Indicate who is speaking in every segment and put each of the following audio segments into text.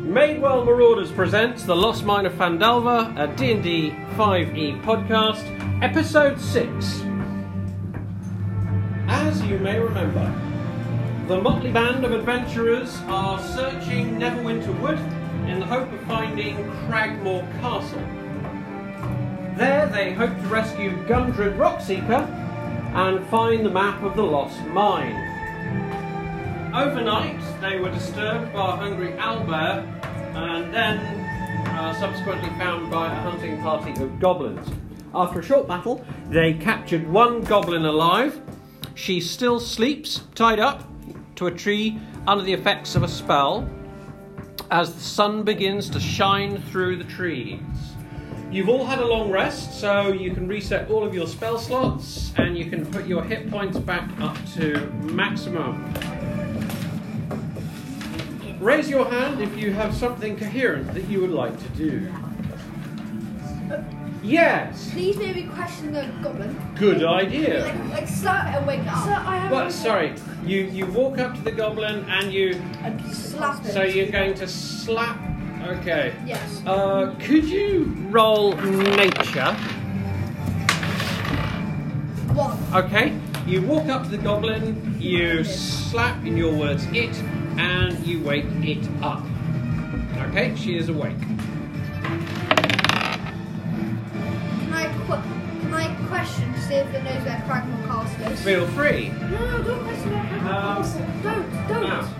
Speaker 1: Madewell Marauders presents The Lost Mine of Fandalva, a D&D 5e E podcast, episode 6. As you may remember, the motley band of adventurers are searching Neverwinter Wood in the hope of finding Cragmore Castle. There they hope to rescue Gundred Rockseeker and find the map of the lost mine. Overnight, they were disturbed by a hungry Albert, and then uh, subsequently found by a hunting party of goblins. After a short battle, they captured one goblin alive. She still sleeps, tied up to a tree under the effects of a spell, as the sun begins to shine through the trees. You've all had a long rest, so you can reset all of your spell slots and you can put your hit points back up to maximum. Raise your hand if you have something coherent that you would like to do. Yes,
Speaker 2: Please maybe question the goblin.
Speaker 1: good idea.
Speaker 2: Like, like slap it and wake up. So I have
Speaker 1: Well, sorry, you you walk up to the goblin and you
Speaker 2: slap it.
Speaker 1: so you're going to slap. Okay.
Speaker 2: Yes.
Speaker 1: Uh, could you roll nature?
Speaker 2: One.
Speaker 1: Okay. You walk up to the goblin, you slap in your words it, and you wake it up. Okay, she is awake.
Speaker 2: Can I qu- can I question to see if it knows where Cragmore Castle is?
Speaker 1: Feel free.
Speaker 3: No, no, don't question that.
Speaker 1: Um,
Speaker 3: don't, don't.
Speaker 1: Now,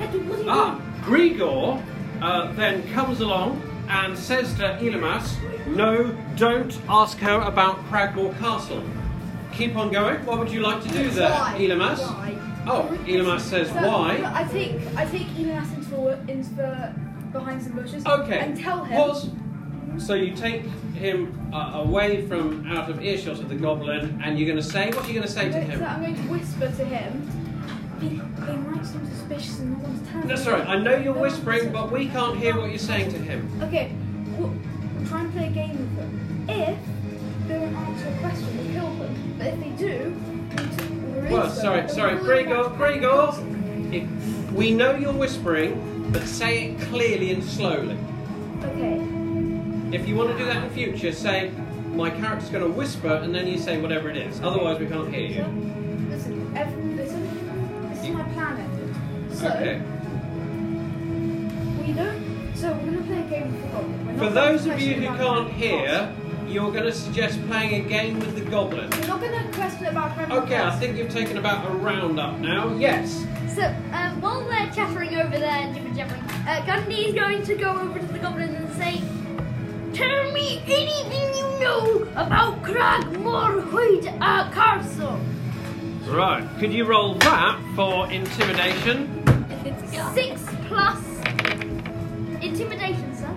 Speaker 3: Edward, what are you
Speaker 1: Ah, Grigor uh, then comes along and says to Elamas, No, don't ask her about Cragmore Castle. Keep on going. What would you like to do there,
Speaker 2: Why?
Speaker 1: Elamas?
Speaker 2: Why?
Speaker 1: Oh, Elamas says,
Speaker 4: So,
Speaker 1: Why?
Speaker 4: I take I take Elias into the into the behind some bushes.
Speaker 1: Okay.
Speaker 4: And tell him.
Speaker 1: Pause. So you take him uh, away from out of earshot of the goblin, and you're going to say, What are you going to say
Speaker 4: I'm
Speaker 1: to
Speaker 4: going, so
Speaker 1: him?
Speaker 4: I'm going to whisper to him. They, they might seem suspicious and no one's telling.
Speaker 1: That's
Speaker 4: me."
Speaker 1: all right. I know you're whispering, but we can't hear what you're saying to him.
Speaker 4: Okay. We'll try and play a game with them. If they won't answer a question, we'll kill them. But if they do, we'll t- we'll release
Speaker 1: Well,
Speaker 4: them.
Speaker 1: sorry,
Speaker 4: We'll
Speaker 1: sorry.
Speaker 4: call them
Speaker 1: Grigor, Grigor.
Speaker 4: back.
Speaker 1: It- We know you're whispering, but say it clearly and slowly.
Speaker 4: Okay.
Speaker 1: If you want to do that in future, say, My character's going to whisper, and then you say whatever it is. Otherwise, we can't hear you.
Speaker 4: Listen, ev- listen. This is my plan, Edward. So
Speaker 1: Okay.
Speaker 4: we don't. So we're going to play a game with the goblin. We're not
Speaker 1: For
Speaker 4: gonna
Speaker 1: those of
Speaker 4: question
Speaker 1: you who
Speaker 4: about
Speaker 1: can't
Speaker 4: Cragmore Castle.
Speaker 1: hear, you're going to suggest playing a game with the goblin.
Speaker 4: We're not going to question about Cragmore
Speaker 1: Okay, I
Speaker 4: Castle.
Speaker 1: think you've taken about a round up now. Yes.
Speaker 2: So um, while they're chattering over there and different jabbering, uh, Gundy's going to go over to the goblin and say, "Tell me anything you know about Cragmore Hood uh, Castle."
Speaker 1: Right. Could you roll that for intimidation?
Speaker 2: Six plus intimidation, sir.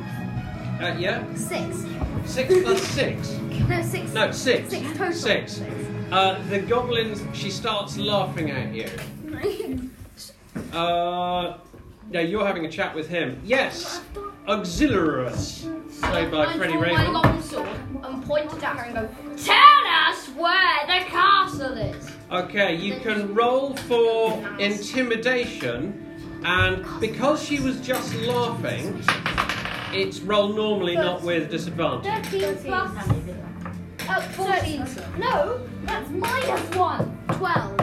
Speaker 1: Uh, yeah.
Speaker 2: Six.
Speaker 1: Six plus six.
Speaker 2: No, six.
Speaker 1: No, six.
Speaker 2: Six total.
Speaker 1: Six. Uh, the goblin, she starts laughing at you. Uh, no, you're having a chat with him. Yes. Auxiliarus. Played by Freddie
Speaker 5: my
Speaker 1: Raymond.
Speaker 5: long sword and pointed at her and go, Tell us where the castle is.
Speaker 1: Okay, you can roll for intimidation, and because she was just laughing, it's roll normally, not with disadvantage.
Speaker 2: Thirteen plus. Oh, fourteen. No, that's minus one. Twelve.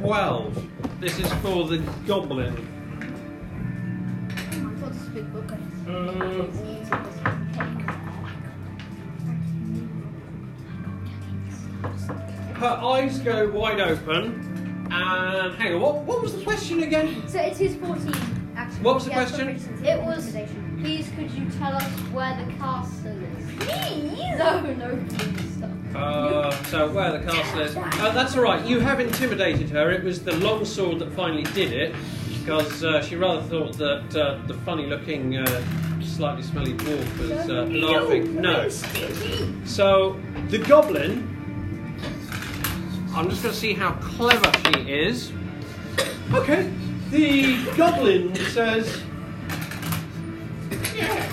Speaker 1: 12. This is for the goblin.
Speaker 2: What's this big book?
Speaker 1: Uh, her eyes go wide open, and hang on, what, what was the question again?
Speaker 2: So it is 14, actually.
Speaker 1: What was the question?
Speaker 5: It was, please could you tell us where the castle is?
Speaker 2: Please!
Speaker 5: No, no, please stop.
Speaker 1: Uh, so where the castle is? Uh, that's all right. You have intimidated her. It was the long sword that finally did it, because uh, she rather thought that uh, the funny-looking, uh, slightly smelly dwarf was uh, laughing. No. So the goblin. I'm just going to see how clever she is. Okay. The goblin says. Yeah.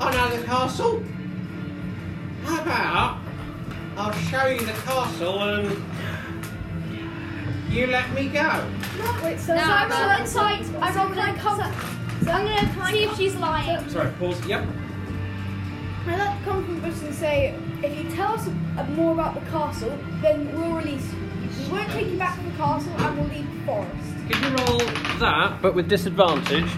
Speaker 1: I know the castle. How about I'll show you the castle and you let me go?
Speaker 4: Wait, so
Speaker 5: No,
Speaker 4: so
Speaker 5: I
Speaker 4: I roll
Speaker 5: rolled
Speaker 4: insight. I roll can I come? So I'm gonna can I
Speaker 5: See if she's lying.
Speaker 1: Sorry, pause. Yep.
Speaker 4: I like to come from Bruce and say, if you tell us a- more about the castle, then we'll release you. We won't take you back to the castle and we'll leave the forest.
Speaker 1: Could you roll that, but with disadvantage?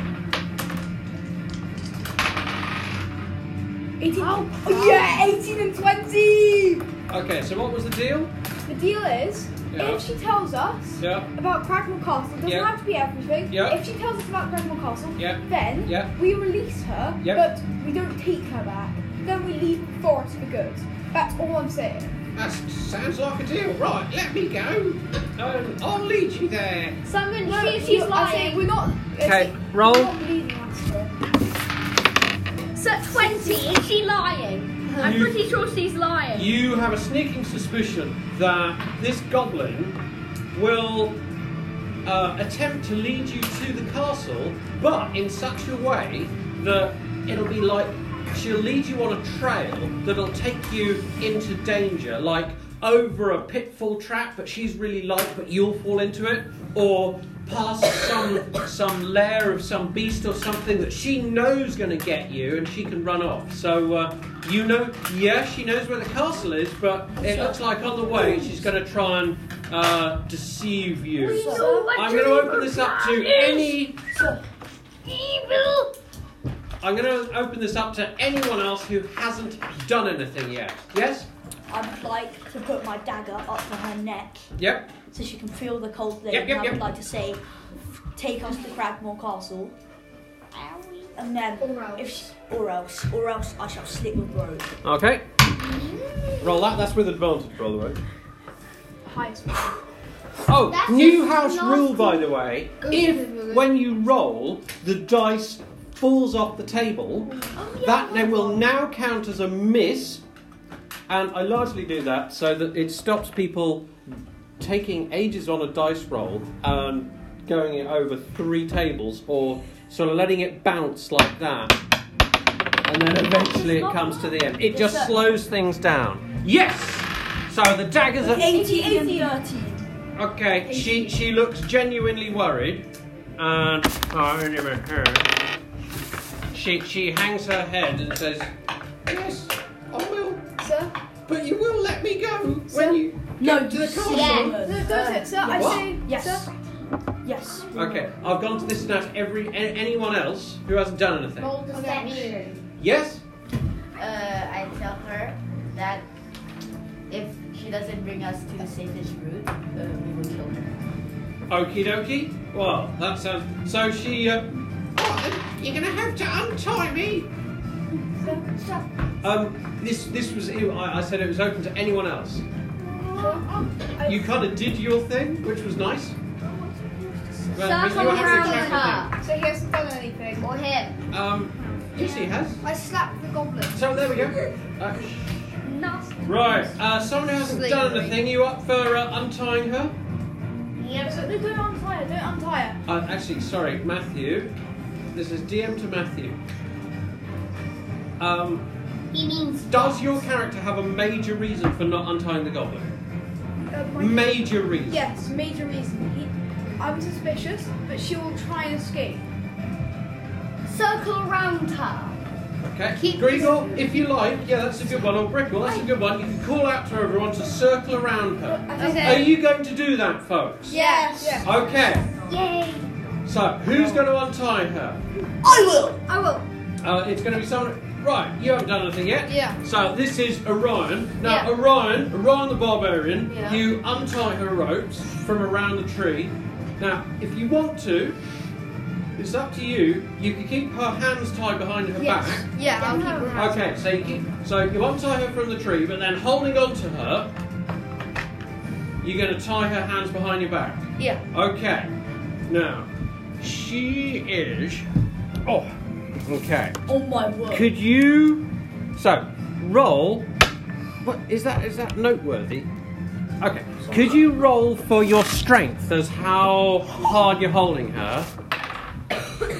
Speaker 4: 18. Oh, yeah, 18 and 20!
Speaker 1: Okay, so what was the deal?
Speaker 4: The deal is,
Speaker 1: Yeah.
Speaker 4: if she tells us
Speaker 1: Yeah.
Speaker 4: about Cragmore Castle, doesn't
Speaker 1: Yeah.
Speaker 4: have to be everything.
Speaker 1: Yeah.
Speaker 4: If she tells us about Cragmore Castle,
Speaker 1: Yeah.
Speaker 4: then
Speaker 1: Yeah.
Speaker 4: we release her,
Speaker 1: Yeah.
Speaker 4: but we don't take her back. Then we leave the forest for good. That's all I'm saying.
Speaker 1: That sounds like a deal. Right, let me go. Um, I'll lead you there.
Speaker 5: Someone,
Speaker 4: No,
Speaker 5: she,
Speaker 4: you-
Speaker 5: she's
Speaker 4: I say
Speaker 5: lying.
Speaker 4: We're not. I say
Speaker 1: Okay,
Speaker 4: we're
Speaker 1: roll.
Speaker 4: not leaving Astra.
Speaker 5: So 20, is she lying? I'm
Speaker 1: You-
Speaker 5: pretty sure she's lying.
Speaker 1: You have a sneaking suspicion that this goblin will uh, attempt to lead you to the castle, but in such a way that it'll be like she'll lead you on a trail that'll take you into danger, like over a pitfall trap that she's really like, but you'll fall into it, or past some some lair of some beast or something that she knows going to get you, and she can run off. So. Uh, you know, yeah, she knows where the castle is, but it looks like on the way she's going to try and uh, deceive you.
Speaker 2: know what
Speaker 1: I'm
Speaker 2: your
Speaker 1: going to open
Speaker 2: evil
Speaker 1: this up
Speaker 2: plan
Speaker 1: to
Speaker 2: is.
Speaker 1: any.
Speaker 2: Evil.
Speaker 1: I'm going to open this up to anyone else who hasn't done anything yet. Yes.
Speaker 3: I'd like to put my dagger up to her neck
Speaker 1: Yep.
Speaker 3: so she can feel the cold blade.
Speaker 1: Yep, yep,
Speaker 3: and I would
Speaker 1: yep.
Speaker 3: like to say, take us to Cragmore Castle, and then
Speaker 2: Or else.
Speaker 3: if she, or else, or else I shall slit your throat.
Speaker 1: Okay. Roll that. That's with advantage, by the way.
Speaker 4: Highest.
Speaker 1: Oh,
Speaker 2: That
Speaker 1: new
Speaker 2: is
Speaker 1: house
Speaker 2: not
Speaker 1: rule, by the way.
Speaker 2: good.
Speaker 1: If when you roll, the dice falls off the table,
Speaker 2: Oh,
Speaker 1: that then will now count as a miss. And I largely do that so that it stops people taking ages on a dice roll and going it over three tables or sort of letting it bounce like that. And then eventually it comes to the end. It just slows things down. Yes! So the daggers are.
Speaker 3: 18 and 13.
Speaker 1: Okay, she she looks genuinely worried, and oh, and about her. She she hangs her head and says, "Yes, I will,
Speaker 4: Sir?
Speaker 1: but you will let me go
Speaker 4: Sir?
Speaker 1: when you."
Speaker 3: No,
Speaker 1: Get to
Speaker 3: you
Speaker 1: the castle.
Speaker 4: No,
Speaker 5: Yeah.
Speaker 4: don't it, sir. I
Speaker 1: What?
Speaker 4: say,
Speaker 3: Yes.
Speaker 4: sir,
Speaker 3: Yes.
Speaker 1: Okay, I've gone to this and asked every a- anyone else who hasn't done anything.
Speaker 2: Roll deception.
Speaker 1: Yes.
Speaker 6: Uh, I tell her that if she doesn't bring us to the safest route, uh, we will kill her.
Speaker 1: Okie dokie. Well, that sounds. So she. Uh, oh, you're gonna have to untie me.
Speaker 4: sir, sir.
Speaker 1: Um, this this was. I, I said it was open to anyone else. You kind of did your thing, which was nice. Well,
Speaker 5: Stop
Speaker 1: you
Speaker 5: on
Speaker 1: had
Speaker 5: the
Speaker 1: to
Speaker 5: ground
Speaker 1: check
Speaker 5: with
Speaker 1: it
Speaker 5: her.
Speaker 4: So he hasn't done anything.
Speaker 5: Or him.
Speaker 1: out. Um, yes, he has.
Speaker 4: I slapped the goblin.
Speaker 1: So there we go. Uh,
Speaker 5: Not.
Speaker 1: right, uh, someone who hasn't done anything, you up for uh, untying her?
Speaker 4: Yeah, so no, don't untie her, don't untie her.
Speaker 1: Uh, actually, sorry, Matthew. This is DM to Matthew. Um,
Speaker 5: He means.
Speaker 1: does your character have a major reason for not untying the goblin?
Speaker 4: Uh, my-
Speaker 1: Major reason.
Speaker 4: yes, major reason. He, I'm suspicious, but she will try and escape.
Speaker 2: Circle around her.
Speaker 1: Okay.
Speaker 2: Keep-
Speaker 1: Grigor, if you like, yeah, that's a good one. Or Brickle, that's a good one. You can call out to everyone to circle around her.
Speaker 4: I think
Speaker 1: Are you going to do that, folks?
Speaker 4: Yes. Yeah.
Speaker 1: Okay.
Speaker 2: Yay.
Speaker 1: So, who's going to untie her?
Speaker 3: I will!
Speaker 4: I will.
Speaker 1: Uh, it's going to be someone. Right, you haven't done anything yet.
Speaker 4: Yeah.
Speaker 1: So, this is Orion. Now,
Speaker 2: Yeah.
Speaker 1: Orion, Orion the Barbarian,
Speaker 6: Yeah.
Speaker 1: you untie her ropes from around the tree. Now, if you want to, it's up to you. You can keep her hands tied behind her
Speaker 4: Yes.
Speaker 1: back.
Speaker 6: Yeah, I'll
Speaker 4: keep her
Speaker 1: Okay, so you, keep, so you untie her from the tree, but then holding on to her, you're going to tie her hands behind your back.
Speaker 4: Yeah.
Speaker 1: Okay. Now, she is. Oh, okay.
Speaker 3: Oh my word.
Speaker 1: Could you? So, roll. What is that? Is that noteworthy? Okay. Could you roll for your strength as how hard you're holding her?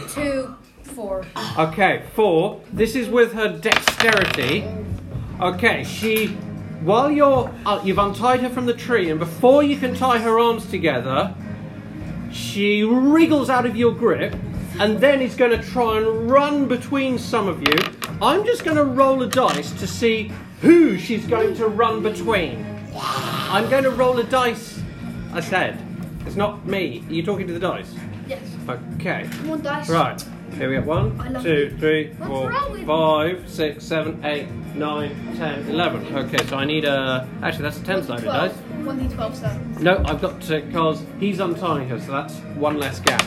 Speaker 4: Two, four.
Speaker 1: Okay, four. This is with her dexterity. Okay, she. While you're, uh, you've untied her from the tree, and before you can tie her arms together, She wriggles out of your grip and then is going to try and run between some of you. I'm just going to roll a dice to see who she's going to run between. I'm going to roll a dice, I said. It's not me. Are you talking to the dice?
Speaker 2: Yes.
Speaker 1: Okay.
Speaker 2: Come on, dice.
Speaker 1: Right. Here we go.
Speaker 2: I
Speaker 1: One,
Speaker 2: love
Speaker 1: two, three,
Speaker 2: What's
Speaker 1: four,
Speaker 2: wrong with-
Speaker 1: five, six, seven, eight, nine, ten, eleven. Okay, so I need a. Actually, that's a ten-sided dice.
Speaker 4: 1d12, sir.
Speaker 1: No, I've got to because he's untying her, so that's one less gap.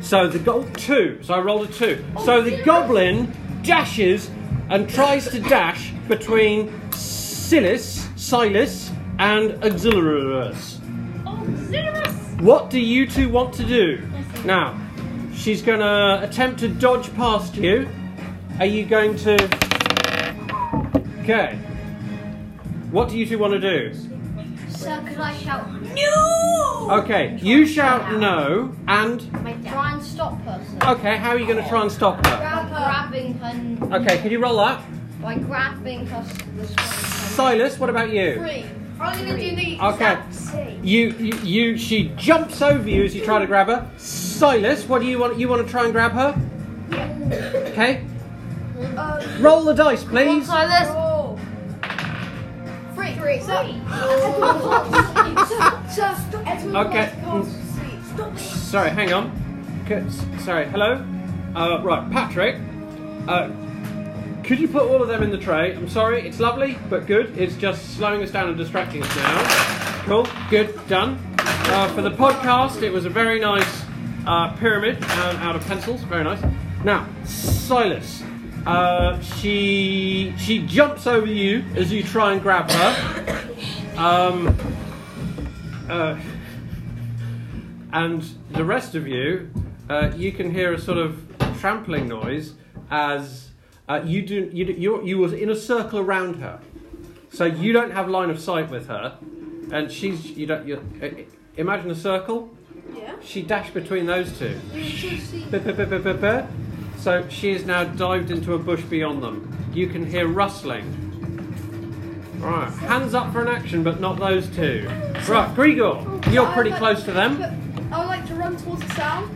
Speaker 1: So the goal two. So I rolled a two. so the goblin dashes and tries to dash between Silas, Silas, and Auxiliarus.
Speaker 2: Oh, Cinnamon!
Speaker 1: What do you two want to do? Now, she's gonna attempt to dodge past you. Are you going to? Okay. What do you two want to do?
Speaker 5: So could I shout?
Speaker 1: Okay, you shout no, and
Speaker 5: Try and stop her. So.
Speaker 1: okay, how are you going to try and stop her?
Speaker 5: By grabbing her,
Speaker 1: Okay, can you roll that?
Speaker 5: by grabbing her. s- The sword.
Speaker 1: Silas, what about you?
Speaker 4: Three. I'm gonna do the
Speaker 1: Okay, you, you, you, she jumps over you as you try to grab her. Silas, what do you want? You want to try and grab her? Okay. Roll the dice, please.
Speaker 5: Silas.
Speaker 4: Oh. Three. Three. Sir, sir, Edwin
Speaker 1: Okay.
Speaker 4: Wright can't see.
Speaker 1: Sorry, hang on. Okay, s- Sorry, hello. Uh, right, Patrick. Uh, could you put all of them in the tray? I'm sorry, it's lovely, but good. It's just slowing us down and distracting us now. Cool, good, done. Uh, for the podcast, it was a very nice uh, pyramid um, out of pencils. Very nice. Now, Silas. Uh, she she jumps over you as you try and grab her. Um, uh, and the rest of you, uh, you can hear a sort of trampling noise as uh, you do. You do, you you was in a circle around her, so you don't have line of sight with her, and she's you don't. You uh, imagine a circle.
Speaker 4: Yeah.
Speaker 1: She dashed between those two. Buh, buh, buh, buh, buh, buh. So she is now dived into a bush beyond them. You can hear rustling. Right, hands up for an action, but not those two. Right, Grigor, you're pretty close to them.
Speaker 4: But I would like to run towards the sound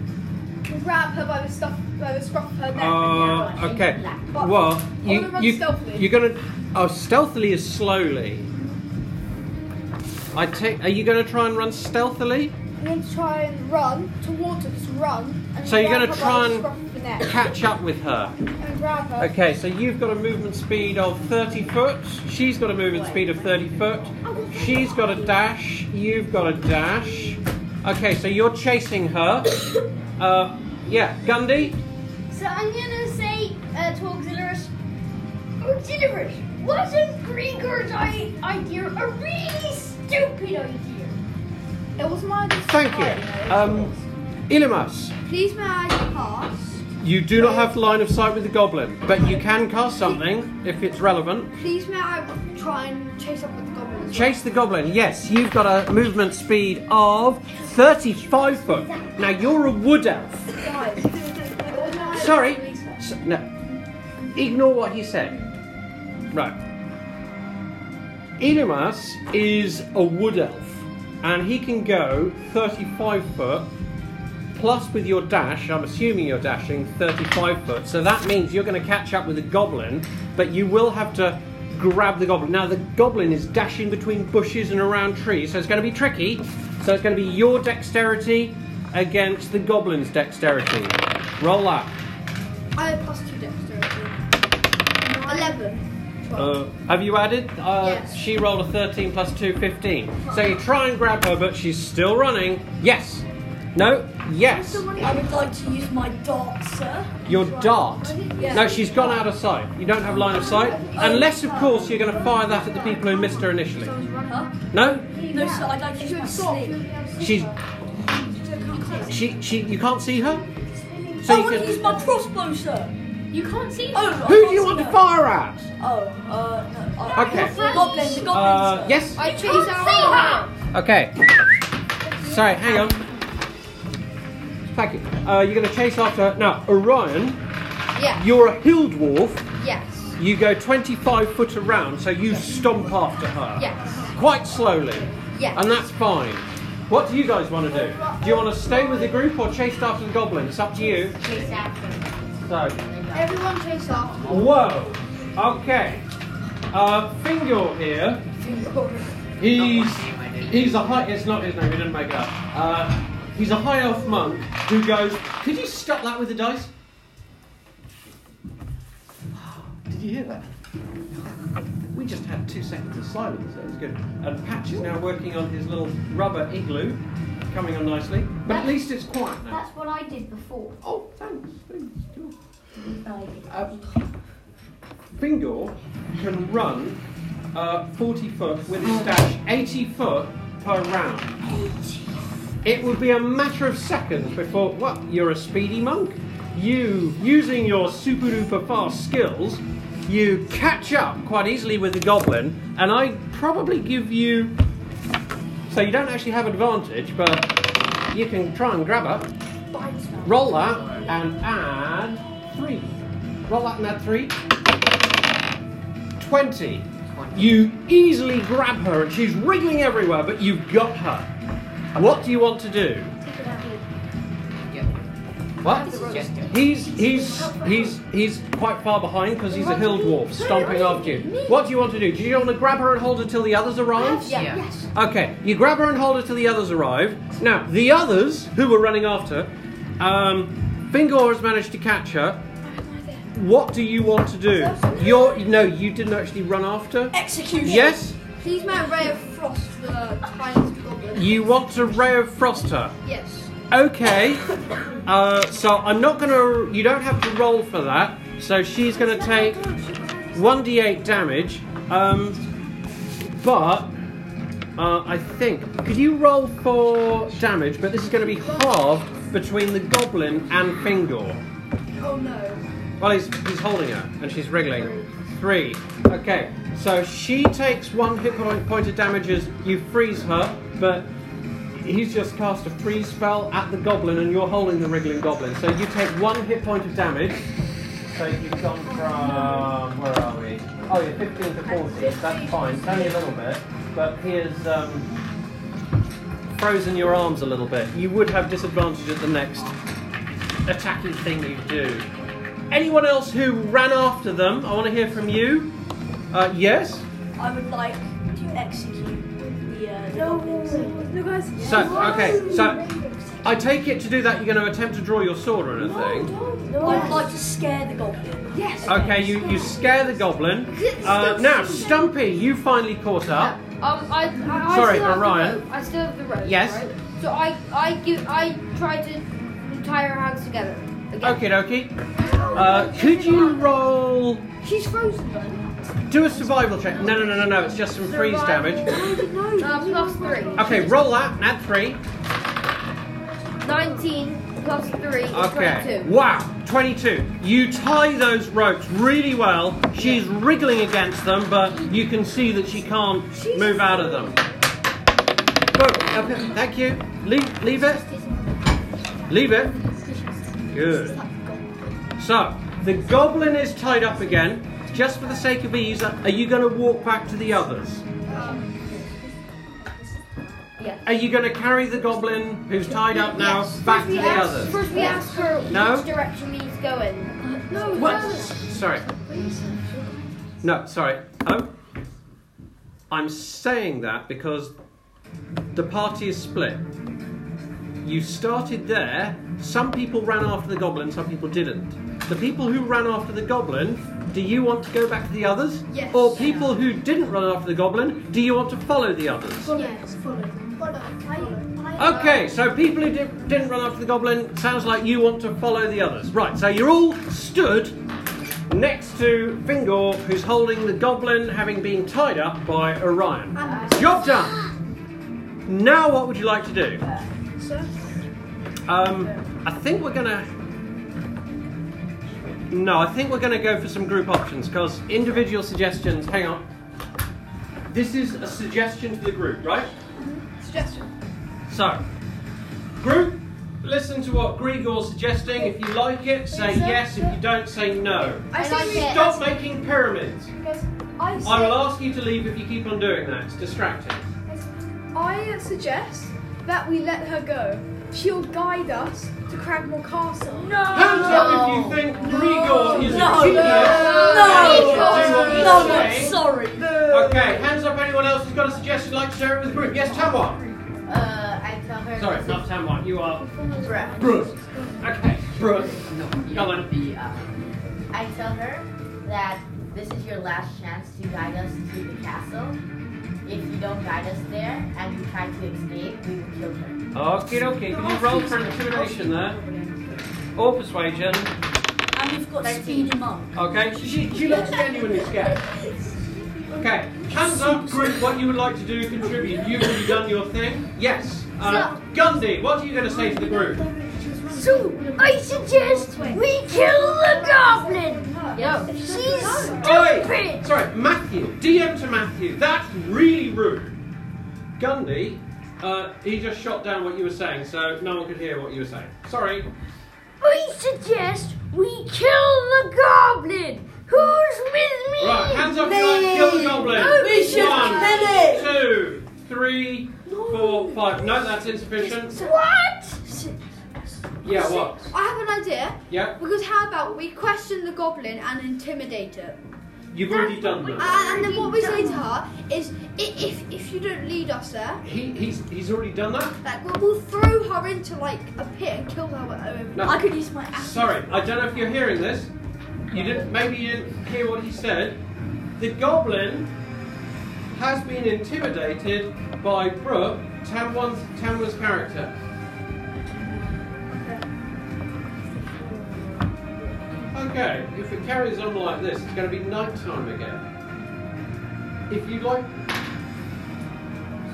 Speaker 4: and grab her by the stuff by the scruff of her neck. and
Speaker 1: Uh,
Speaker 4: grab her.
Speaker 1: okay.
Speaker 4: But
Speaker 1: Well,
Speaker 4: I'm
Speaker 1: you,
Speaker 4: gonna run
Speaker 1: you,
Speaker 4: stealthily.
Speaker 1: you're gonna. Oh, stealthily is slowly. I take. Are you gonna try and run stealthily?
Speaker 4: I'm going to try and run towards her, just run. And
Speaker 1: So you're
Speaker 4: grab
Speaker 1: gonna
Speaker 4: her
Speaker 1: try
Speaker 4: by the
Speaker 1: and-
Speaker 4: scruff of the neck
Speaker 1: Catch up with her.
Speaker 4: and grab her.
Speaker 1: Okay, so you've got a movement speed of 30 foot. She's got a movement speed of 30 foot. She's got a dash. You've got a dash. Okay, so you're chasing her. Uh, yeah, Gundy.
Speaker 2: So I'm gonna say uh, to Auxiliarus, Auxiliarus, wasn't Greenguard's I- idea a really stupid idea?
Speaker 4: It was my.
Speaker 1: Thank you. Um, Ilimas.
Speaker 4: Please may I pass?
Speaker 1: You do not have line of sight with the goblin, but you can cast something if it's relevant.
Speaker 4: Please may I try and chase up with the goblins?
Speaker 1: Chase the goblin. Yes, you've got a movement speed of 35 foot. Now you're a wood elf.
Speaker 4: Guys, it was my-
Speaker 1: Sorry. S- No. Ignore what he said. Right. Ilimas is a wood elf, and he can go 35 foot. Plus, with your dash, I'm assuming you're dashing 35 foot, so that means you're going to catch up with the goblin, but you will have to grab the goblin. Now, the goblin is dashing between bushes and around trees, so it's going to be tricky. So, it's going to be your dexterity against the goblin's dexterity. Roll up.
Speaker 4: I have plus two dexterity. Eleven.
Speaker 1: Uh, have you added? Uh, She rolled a 13 plus 2, 15. So you try and grab her, but she's still running. Yes. No. Yes.
Speaker 3: I would like to use my dart, sir.
Speaker 1: Your dart.
Speaker 3: Yeah.
Speaker 1: No, she's gone out of sight. You don't have line of sight. Unless, of course, you're going to fire that at the people who missed her initially.
Speaker 3: Huh?
Speaker 1: No?
Speaker 3: No, sir, I'd like to use my sleeve.
Speaker 1: She's. She, she, you can't see her?
Speaker 3: I
Speaker 1: So
Speaker 3: want
Speaker 1: you
Speaker 3: to use
Speaker 1: can.
Speaker 3: my crossbow, sir.
Speaker 2: You can't see.
Speaker 3: Oh, I
Speaker 1: Who
Speaker 3: can't
Speaker 1: do you
Speaker 3: see
Speaker 1: want to
Speaker 3: her.
Speaker 1: fire at?
Speaker 3: Oh, uh, no, I-
Speaker 1: Okay.
Speaker 3: The goblin, the goblin,
Speaker 1: Uh,
Speaker 3: sir.
Speaker 1: yes?
Speaker 4: I chase her.
Speaker 1: Okay. Sorry, hang on. Thank you. Uh, you're going to chase after her. Now, Orion,
Speaker 4: Yeah.
Speaker 1: you're a hill dwarf.
Speaker 4: Yes.
Speaker 1: You go 25 foot around, so you stomp after her.
Speaker 4: Yes.
Speaker 1: Quite slowly.
Speaker 4: Yes.
Speaker 1: And that's fine. What do you guys want to do? Do you want to stay with the group or chase after the goblin? It's up to you.
Speaker 6: Chase after.
Speaker 1: So,
Speaker 4: Everyone chase after.
Speaker 1: whoa. Okay. Uh, Fingal here. He's he's a high. It's not his name. He didn't make it up. Uh, he's a high elf monk who goes. Could you stop that with the dice? Did you hear that? We just had two seconds of silence. That was good. And Patch is now working on his little rubber igloo, coming on nicely. But at least it's quiet now.
Speaker 5: That's what I did before.
Speaker 1: Oh, thanks. thanks. cool.
Speaker 5: I did.
Speaker 1: Uh, Fingor can run uh, 40 foot with his dash 80 foot per round. It would be a matter of seconds before. What? You're a speedy monk. You, using your super duper fast skills, you catch up quite easily with the goblin, and I probably give you. So you don't actually have advantage, but you can try and grab her. Roll that and add three. Roll that and add three. 20. You easily grab her and she's wriggling everywhere, but you've got her. What do you want to do? What? He's he's he's he's quite far behind because he's a hill dwarf stomping after you. What do you want to do? Do you want to grab her and hold her till the others arrive?
Speaker 5: Oh,
Speaker 3: Yeah.
Speaker 1: Okay, you grab her and hold her till the others arrive. Now, the others who were running after, um, Fingor has managed to catch her. What do you want to do? You're no, you didn't actually run after.
Speaker 3: Execution.
Speaker 1: Yes,
Speaker 4: Please my ray of frost for the tiniest goblin.
Speaker 1: you want to ray of frost her.
Speaker 4: Yes.
Speaker 1: Okay. Uh, so I'm not gonna. You don't have to roll for that. So she's gonna take one d8 damage. Um, but uh, I think could you roll for damage? But this is gonna be halved between the goblin and Fingor.
Speaker 4: Oh no.
Speaker 1: Well, he's, he's holding her, and she's wriggling. Three. Okay, so she takes one hit point, point of damage as you freeze her, but he's just cast a freeze spell at the goblin, and you're holding the wriggling goblin. So you take one hit point of damage. So you've gone from. Where are we? Oh, you're 15 to 40. That's fine. It's only a little bit, but he is. Um, Frozen your arms a little bit. You would have disadvantage at the next attacking thing you do. Anyone else who ran after them, I want to hear from you. Uh, yes?
Speaker 3: I would like to execute with the uh, the goblins.
Speaker 4: No guys.
Speaker 1: So, okay, so I take it to do that you're going to attempt to draw your sword or anything.
Speaker 3: I would like to scare the goblin.
Speaker 4: Yes.
Speaker 1: Okay, you, you scare the goblin. Uh, now, Stumpy, you finally caught up.
Speaker 5: Um, I, I, I
Speaker 1: Oh. Sorry,
Speaker 5: still have the
Speaker 1: Orion.
Speaker 5: rope. I still have the rope.
Speaker 1: Yes.
Speaker 5: right? So I, I give, I try to tie her hands together. Again.
Speaker 1: Okie dokie. Uh, could you roll.
Speaker 5: She's frozen though.
Speaker 1: Do a survival check. No, no, no, no, no, it's just some freeze damage.
Speaker 5: Uh, plus three.
Speaker 1: Okay, roll that, and add three.
Speaker 5: Nineteen plus three is
Speaker 1: Okay.
Speaker 5: twenty-two.
Speaker 1: Wow. 22. You tie those ropes really well. She's wriggling against them, but you can see that she can't move out of them. Good. Okay, Thank you. Leave, leave it. Leave it. Good. So, the goblin is tied up again. Just for the sake of ease, are you going to walk back to the others?
Speaker 5: Yes.
Speaker 1: Are you going to carry the goblin who's tied up now back to
Speaker 5: We
Speaker 1: the
Speaker 5: ask-
Speaker 1: others?
Speaker 5: First we ask her
Speaker 1: No?
Speaker 5: which direction he's going.
Speaker 1: What? Sorry. No, sorry. Hello? I'm saying that because the party is split. You started there, some people ran after the goblin, some people didn't. The people who ran after the goblin, do you want to go back to the others?
Speaker 4: Yes.
Speaker 1: Or people who didn't run after the goblin, do you want to follow the others? Okay, so people who did, didn't run after the goblin, sounds like you want to follow the others. Right, so you're all stood next to Fingor, who's holding the goblin, having been tied up by Orion. Job done! Now, what would you like to do? Um, I think we're gonna. No, I think we're gonna go for some group options because individual suggestions. Hang on. This is a suggestion to the group, right?
Speaker 4: Suggestion.
Speaker 1: So, group, listen to what Grigor's suggesting. If you like it, say yes. If you don't, say no.
Speaker 4: I say we
Speaker 1: Stop making pyramids.
Speaker 4: Because I
Speaker 1: I will
Speaker 4: say,
Speaker 1: ask you to leave if you keep on doing that. It's distracting.
Speaker 4: I suggest that we let her go, she'll guide us to Cragmore Castle.
Speaker 1: Hands up if you think Grigor Oh, is
Speaker 3: No.
Speaker 1: a genius.
Speaker 3: No,
Speaker 1: No.
Speaker 3: no, sorry.
Speaker 1: Okay, hands up anyone else who's got a suggestion you'd like to share it with the group. Yes, Tamwar.
Speaker 6: Uh, I tell her.
Speaker 1: Sorry, not Tamwar. You are
Speaker 6: Bruh.
Speaker 1: Bruce. Okay, Bruce. Come on.
Speaker 6: The, uh, I tell her that this is your last chance to guide us to the castle. If you don't guide us there and you try to escape, we will kill her.
Speaker 1: Okay, okay. Can you roll for intimidation there? Or persuasion.
Speaker 3: And we've got to speed him up.
Speaker 1: Okay, she, she, she looks genuinely scared. Okay, hands up, group, what you would like to do, contribute. You've already done your thing. Yes. Uh, Gundy, what are you going to say to the group?
Speaker 2: So, I suggest we kill the goblin!
Speaker 5: Yo.
Speaker 2: She's
Speaker 1: Oi!
Speaker 2: stupid!
Speaker 1: Oh, Sorry, Matthew. DM to Matthew. That's really rude. Gundy, uh, he just shot down what you were saying, so no one could hear what you were saying. Sorry.
Speaker 2: I suggest we kill the goblin! Who's with me?
Speaker 1: Right, hands up, tonight, kill the goblin.
Speaker 3: We should
Speaker 1: One,
Speaker 3: kill it.
Speaker 1: two, three, four, five. No, that's insufficient.
Speaker 2: What?
Speaker 1: Yeah, what?
Speaker 4: I have an idea,
Speaker 1: Yeah,
Speaker 4: because how about we question the goblin and intimidate her?
Speaker 1: you've already done that.
Speaker 4: And, and then what we say to her is, "I- if, if you don't lead us there,
Speaker 1: He, he's, he's already done that?
Speaker 4: like, we'll, we'll throw her into like a pit and kill her over.
Speaker 1: No.
Speaker 3: I could use my axe.
Speaker 1: Sorry, I don't know if you're hearing this. You didn't. Maybe you didn't hear what he said. The goblin has been intimidated by Brooke, Tamwan's, Tamwa's character. Okay, if it carries on like this, it's going to be nighttime again. If you'd like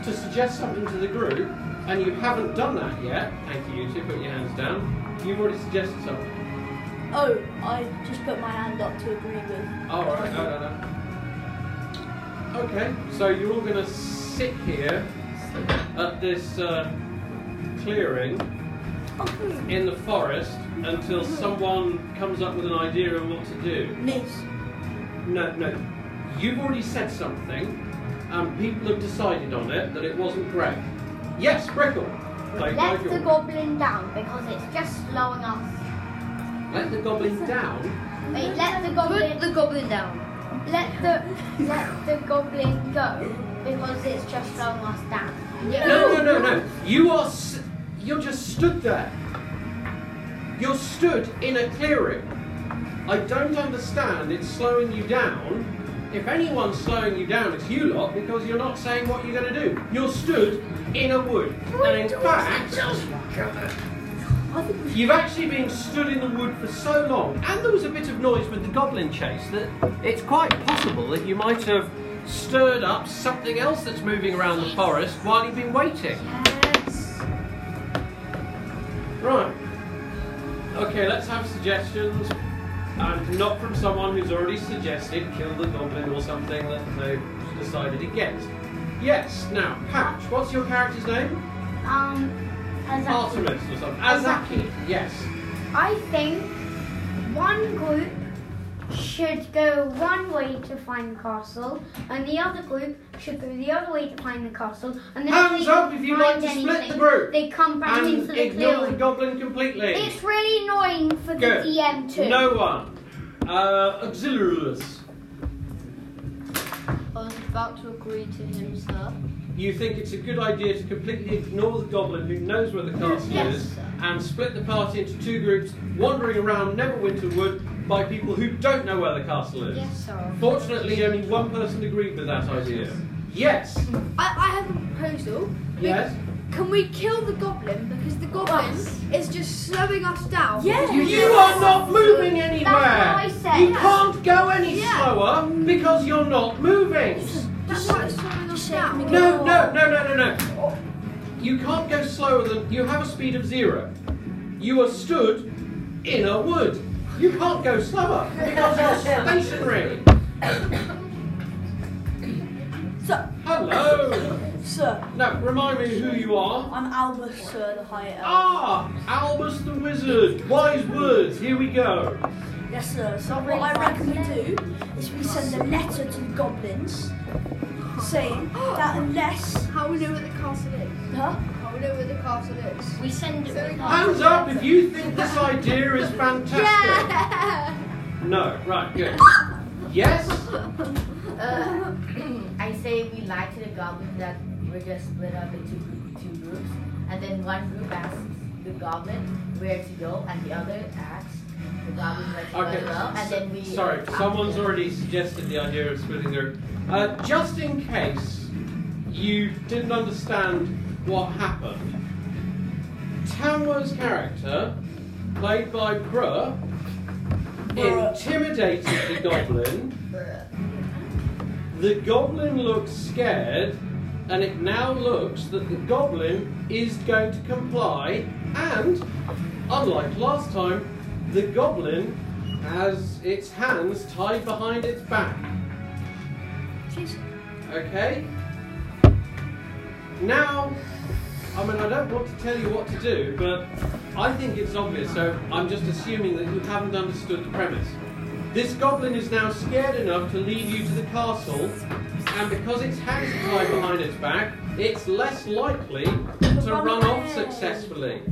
Speaker 1: to suggest something to the group, and you haven't done that yet, thank you, you two, put your hands down, you've already suggested something.
Speaker 3: Oh, I just put my hand up to agree with.
Speaker 1: Oh, all right, no, no, no. Okay, so you're all going to sit here at this uh, clearing in the forest until
Speaker 5: Mm-hmm.
Speaker 1: someone comes up with an idea of what to do.
Speaker 3: Miss.
Speaker 1: No, no, you've already said something, and people have decided on it that it wasn't great. Yes, Brickle.
Speaker 5: Let
Speaker 1: Like, like
Speaker 5: the
Speaker 1: your-
Speaker 5: goblin down because it's just slowing us.
Speaker 1: let the goblin down.
Speaker 5: Wait, let the goblin.
Speaker 2: the goblin down.
Speaker 5: Let the let the goblin go because it's just slowing us down.
Speaker 1: No, no, no, no. You are. S- you're just stood there. You're stood in a clearing. I don't understand. It's slowing you down. If anyone's slowing you down, it's you lot because you're not saying what you're going to do. You're stood in a wood, and in fact, you've actually been stood in the wood for so long. And there was a bit of noise with the goblin chase that it's quite possible that you might have stirred up something else that's moving around the forest while you've been waiting. Right. Okay, let's have suggestions. And not from someone who's already suggested kill the goblin or something that they've decided against. Yes, now, Patch, what's your character's name?
Speaker 5: Um, as I-
Speaker 1: Artemis or something. Azaki, yes.
Speaker 5: I think one group should go one way to find the castle, and the other group should go the other way to find the castle. And then
Speaker 1: Hands
Speaker 5: if they
Speaker 1: up if you
Speaker 5: find
Speaker 1: like to split the
Speaker 5: anything,
Speaker 1: group
Speaker 5: They come back
Speaker 1: and
Speaker 5: into the
Speaker 1: ignore the
Speaker 5: clearing.
Speaker 1: goblin completely.
Speaker 5: It's really annoying for
Speaker 1: Good.
Speaker 5: the DM too.
Speaker 1: No one. Uh, Auxiliarius.
Speaker 2: I was about to agree to him, sir.
Speaker 1: You think it's a good idea to completely ignore the goblin who knows where the castle is and split the party into two groups wandering around Neverwinter Wood by people who don't know where the castle is.
Speaker 2: sir.
Speaker 1: Fortunately, only one person agreed with that idea. Yes!
Speaker 5: Mm-hmm.
Speaker 4: I, I have a proposal.
Speaker 1: Yes?
Speaker 4: Can we kill the goblin because the goblin is just slowing us down?
Speaker 3: Yes.
Speaker 1: You, are not moving anywhere!
Speaker 5: That's what I said.
Speaker 1: You can't go any
Speaker 4: Yeah.
Speaker 1: slower because you're not moving!
Speaker 4: That's why it's slowing us down.
Speaker 1: No, no, no, no, no, no. You can't go slower than. You have a speed of zero. You are stood in a wood. You can't go slower because you're stationary.
Speaker 3: Sir,
Speaker 1: Hello.
Speaker 3: sir,
Speaker 1: No, remind me who you are.
Speaker 3: I'm Albus, sir, the High Elf.
Speaker 1: Ah, Albus the Wizard. Wise words. Here we go.
Speaker 3: Yes, sir. So what I reckon we do is we send a letter to the goblins saying that unless,
Speaker 4: How we know where the castle is?
Speaker 3: huh?
Speaker 4: How we know where the castle is.
Speaker 5: We send it
Speaker 4: So
Speaker 5: with
Speaker 4: we-
Speaker 5: us.
Speaker 1: Hands up if you think this idea is fantastic. No, right, good. Yes?
Speaker 6: Uh, I say we lie to the goblin that we're gonna split up into two groups, and then one group asks the goblin where to go, and the other asks the goblin where to
Speaker 1: Okay.
Speaker 6: go, and then we.
Speaker 1: Sorry, someone's already suggested the idea of splitting the group. Uh, just in case you didn't understand what happened, Tamworth's character, played by Bruh, intimidated the goblin. The goblin looks scared, and it now looks that the goblin is going to comply, and unlike last time, the goblin has its hands tied behind its back. Okay? Now, I mean, I don't want to tell you what to do, but I think it's obvious, so I'm just assuming that you haven't understood the premise. This goblin is now scared enough to lead you to the castle, and because its hands are tied behind its back, it's less likely to run off successfully.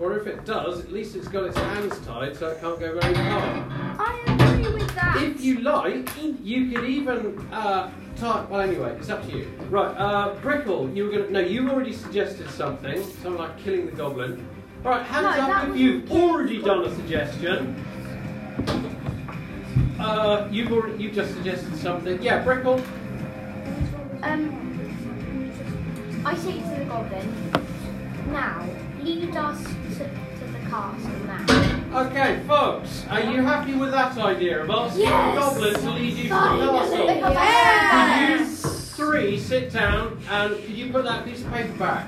Speaker 1: Or if it does, at least it's got its hands tied so it can't go very far.
Speaker 2: I agree with that.
Speaker 1: If you like, you could even uh, type. Well, anyway, it's up to you. Right, uh, Brickle, you were gonna. No, you already suggested something. Something like killing the goblin. All right, hands
Speaker 2: No,
Speaker 1: up
Speaker 2: that
Speaker 1: if
Speaker 2: was-
Speaker 1: you've already done a suggestion. Uh, you've already, you've just suggested something. Yeah, Brickle.
Speaker 5: Um, I say to the goblin, now lead us to, to the castle now.
Speaker 1: Okay, folks, are you happy with that idea of asking the goblin to lead you to the castle? Could you three sit down and could you put that piece of paper back?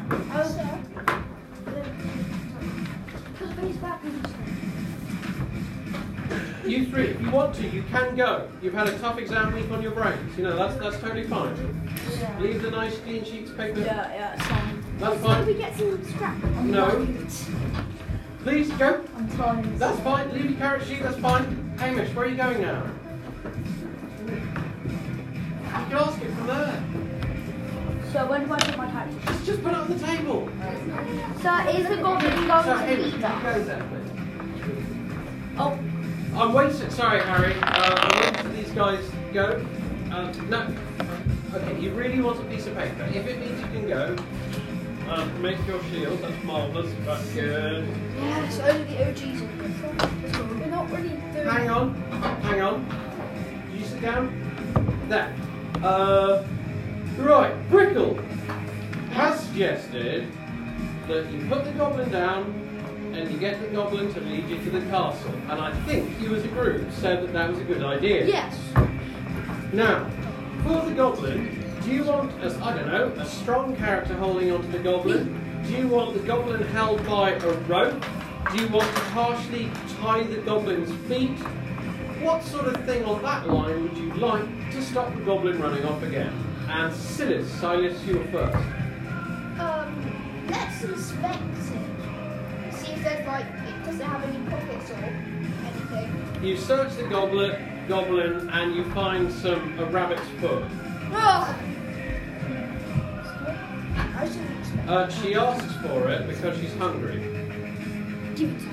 Speaker 1: You three, if you want to, you can go. You've had a tough exam week on your brains. You know, that's that's totally fine. Leave the nice clean sheets of paper.
Speaker 3: Yeah, yeah, it's fine.
Speaker 1: That's fine.
Speaker 2: we get some scrap?
Speaker 1: No. Please go.
Speaker 5: I'm tired.
Speaker 1: That's fine. Leave your carrot sheet, that's fine. Hamish, where are you going now? You can ask it from there.
Speaker 3: So when do I put my character?
Speaker 1: Just, just put it on the table.
Speaker 5: So is the goblin
Speaker 1: So
Speaker 5: going to
Speaker 1: Hamish, you
Speaker 5: lead us?
Speaker 1: go there, please.
Speaker 3: Oh,
Speaker 1: I'm waiting. Sorry, Harry. Uh, I'm waiting for these guys to go. Um, no. Okay, you really want a piece of paper. If it means you can go, um, make your shield. That's marvellous. That's good.
Speaker 4: Yes, only the OGs are good. We're not really doing.
Speaker 1: Hang on. Hang on. You sit down. There. Uh, right. Brickle has suggested that you put the goblin down and you get the goblin to lead you to the castle. And I think you as a group said that that was a good idea.
Speaker 4: Yes.
Speaker 1: Now, for the goblin, do you want, a, I don't know, a strong character holding onto the goblin? Do you want the goblin held by a rope? Do you want to partially tie the goblin's feet? What sort of thing on that line would you like to stop the goblin running off again? And Silas, Silas, you were first.
Speaker 2: Um, let's inspect it.
Speaker 4: See if there's like, it doesn't have any pockets or anything.
Speaker 1: You search the goblet, goblin, and you find some a rabbit's foot.
Speaker 4: Oh. I shouldn't expect.
Speaker 1: Uh, she asks for it because she's hungry.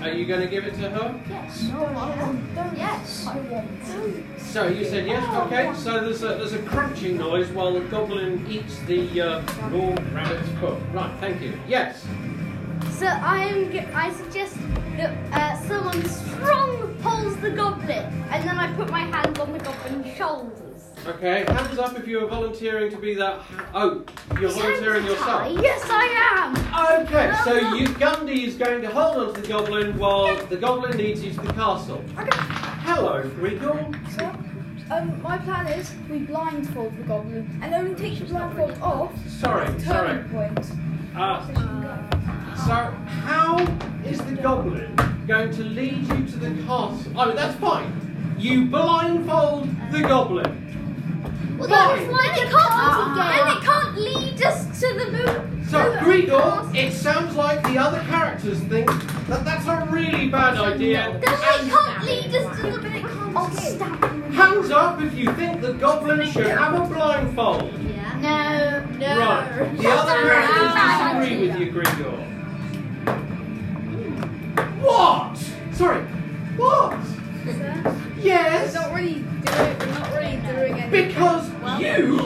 Speaker 1: Are you going to give it to her?
Speaker 4: Yes. No, I don't. don't. Yes. I won't.
Speaker 1: So you said yes, okay. So there's a there's a crunching noise while the goblin eats the uh, raw rabbit's foot. Right, thank you. Yes.
Speaker 2: So I am. g- I suggest that uh, someone strong holds the goblet, and then I put my hand on the goblin's shoulders.
Speaker 1: Okay. Hands up if you're volunteering to be that. Oh, you're volunteering yourself.
Speaker 2: Yes, I
Speaker 1: Okay. So you Gundy is going to hold on to the goblin while the goblin leads you to the castle.
Speaker 4: Okay.
Speaker 1: Hello, Regal.
Speaker 4: So, um, my plan is we blindfold the goblin and only take the blindfold off.
Speaker 1: Sorry, sorry.
Speaker 4: Turning point.
Speaker 1: Uh, So, how is the goblin going to lead you to the castle? I mean, that's fine. You blindfold the goblin.
Speaker 2: am. Well, that is why they
Speaker 4: Uh-uh.
Speaker 2: can't.
Speaker 5: Ah.
Speaker 2: Then it can't lead us to the moon.
Speaker 1: So, Grigor, it sounds like the other characters think that that's a really bad idea.
Speaker 2: Then they can't lead us to the moon. It can't.
Speaker 5: I'll stab him.
Speaker 1: Hands up if you think the goblin should have a blindfold.
Speaker 2: Yeah.
Speaker 5: No.
Speaker 4: No.
Speaker 1: Right. The other
Speaker 5: Wow.
Speaker 1: characters disagree with you, Grigor. What? Sorry. What?
Speaker 4: We're
Speaker 1: Yes.
Speaker 4: not really doing. We're not really doing anything.
Speaker 1: Because you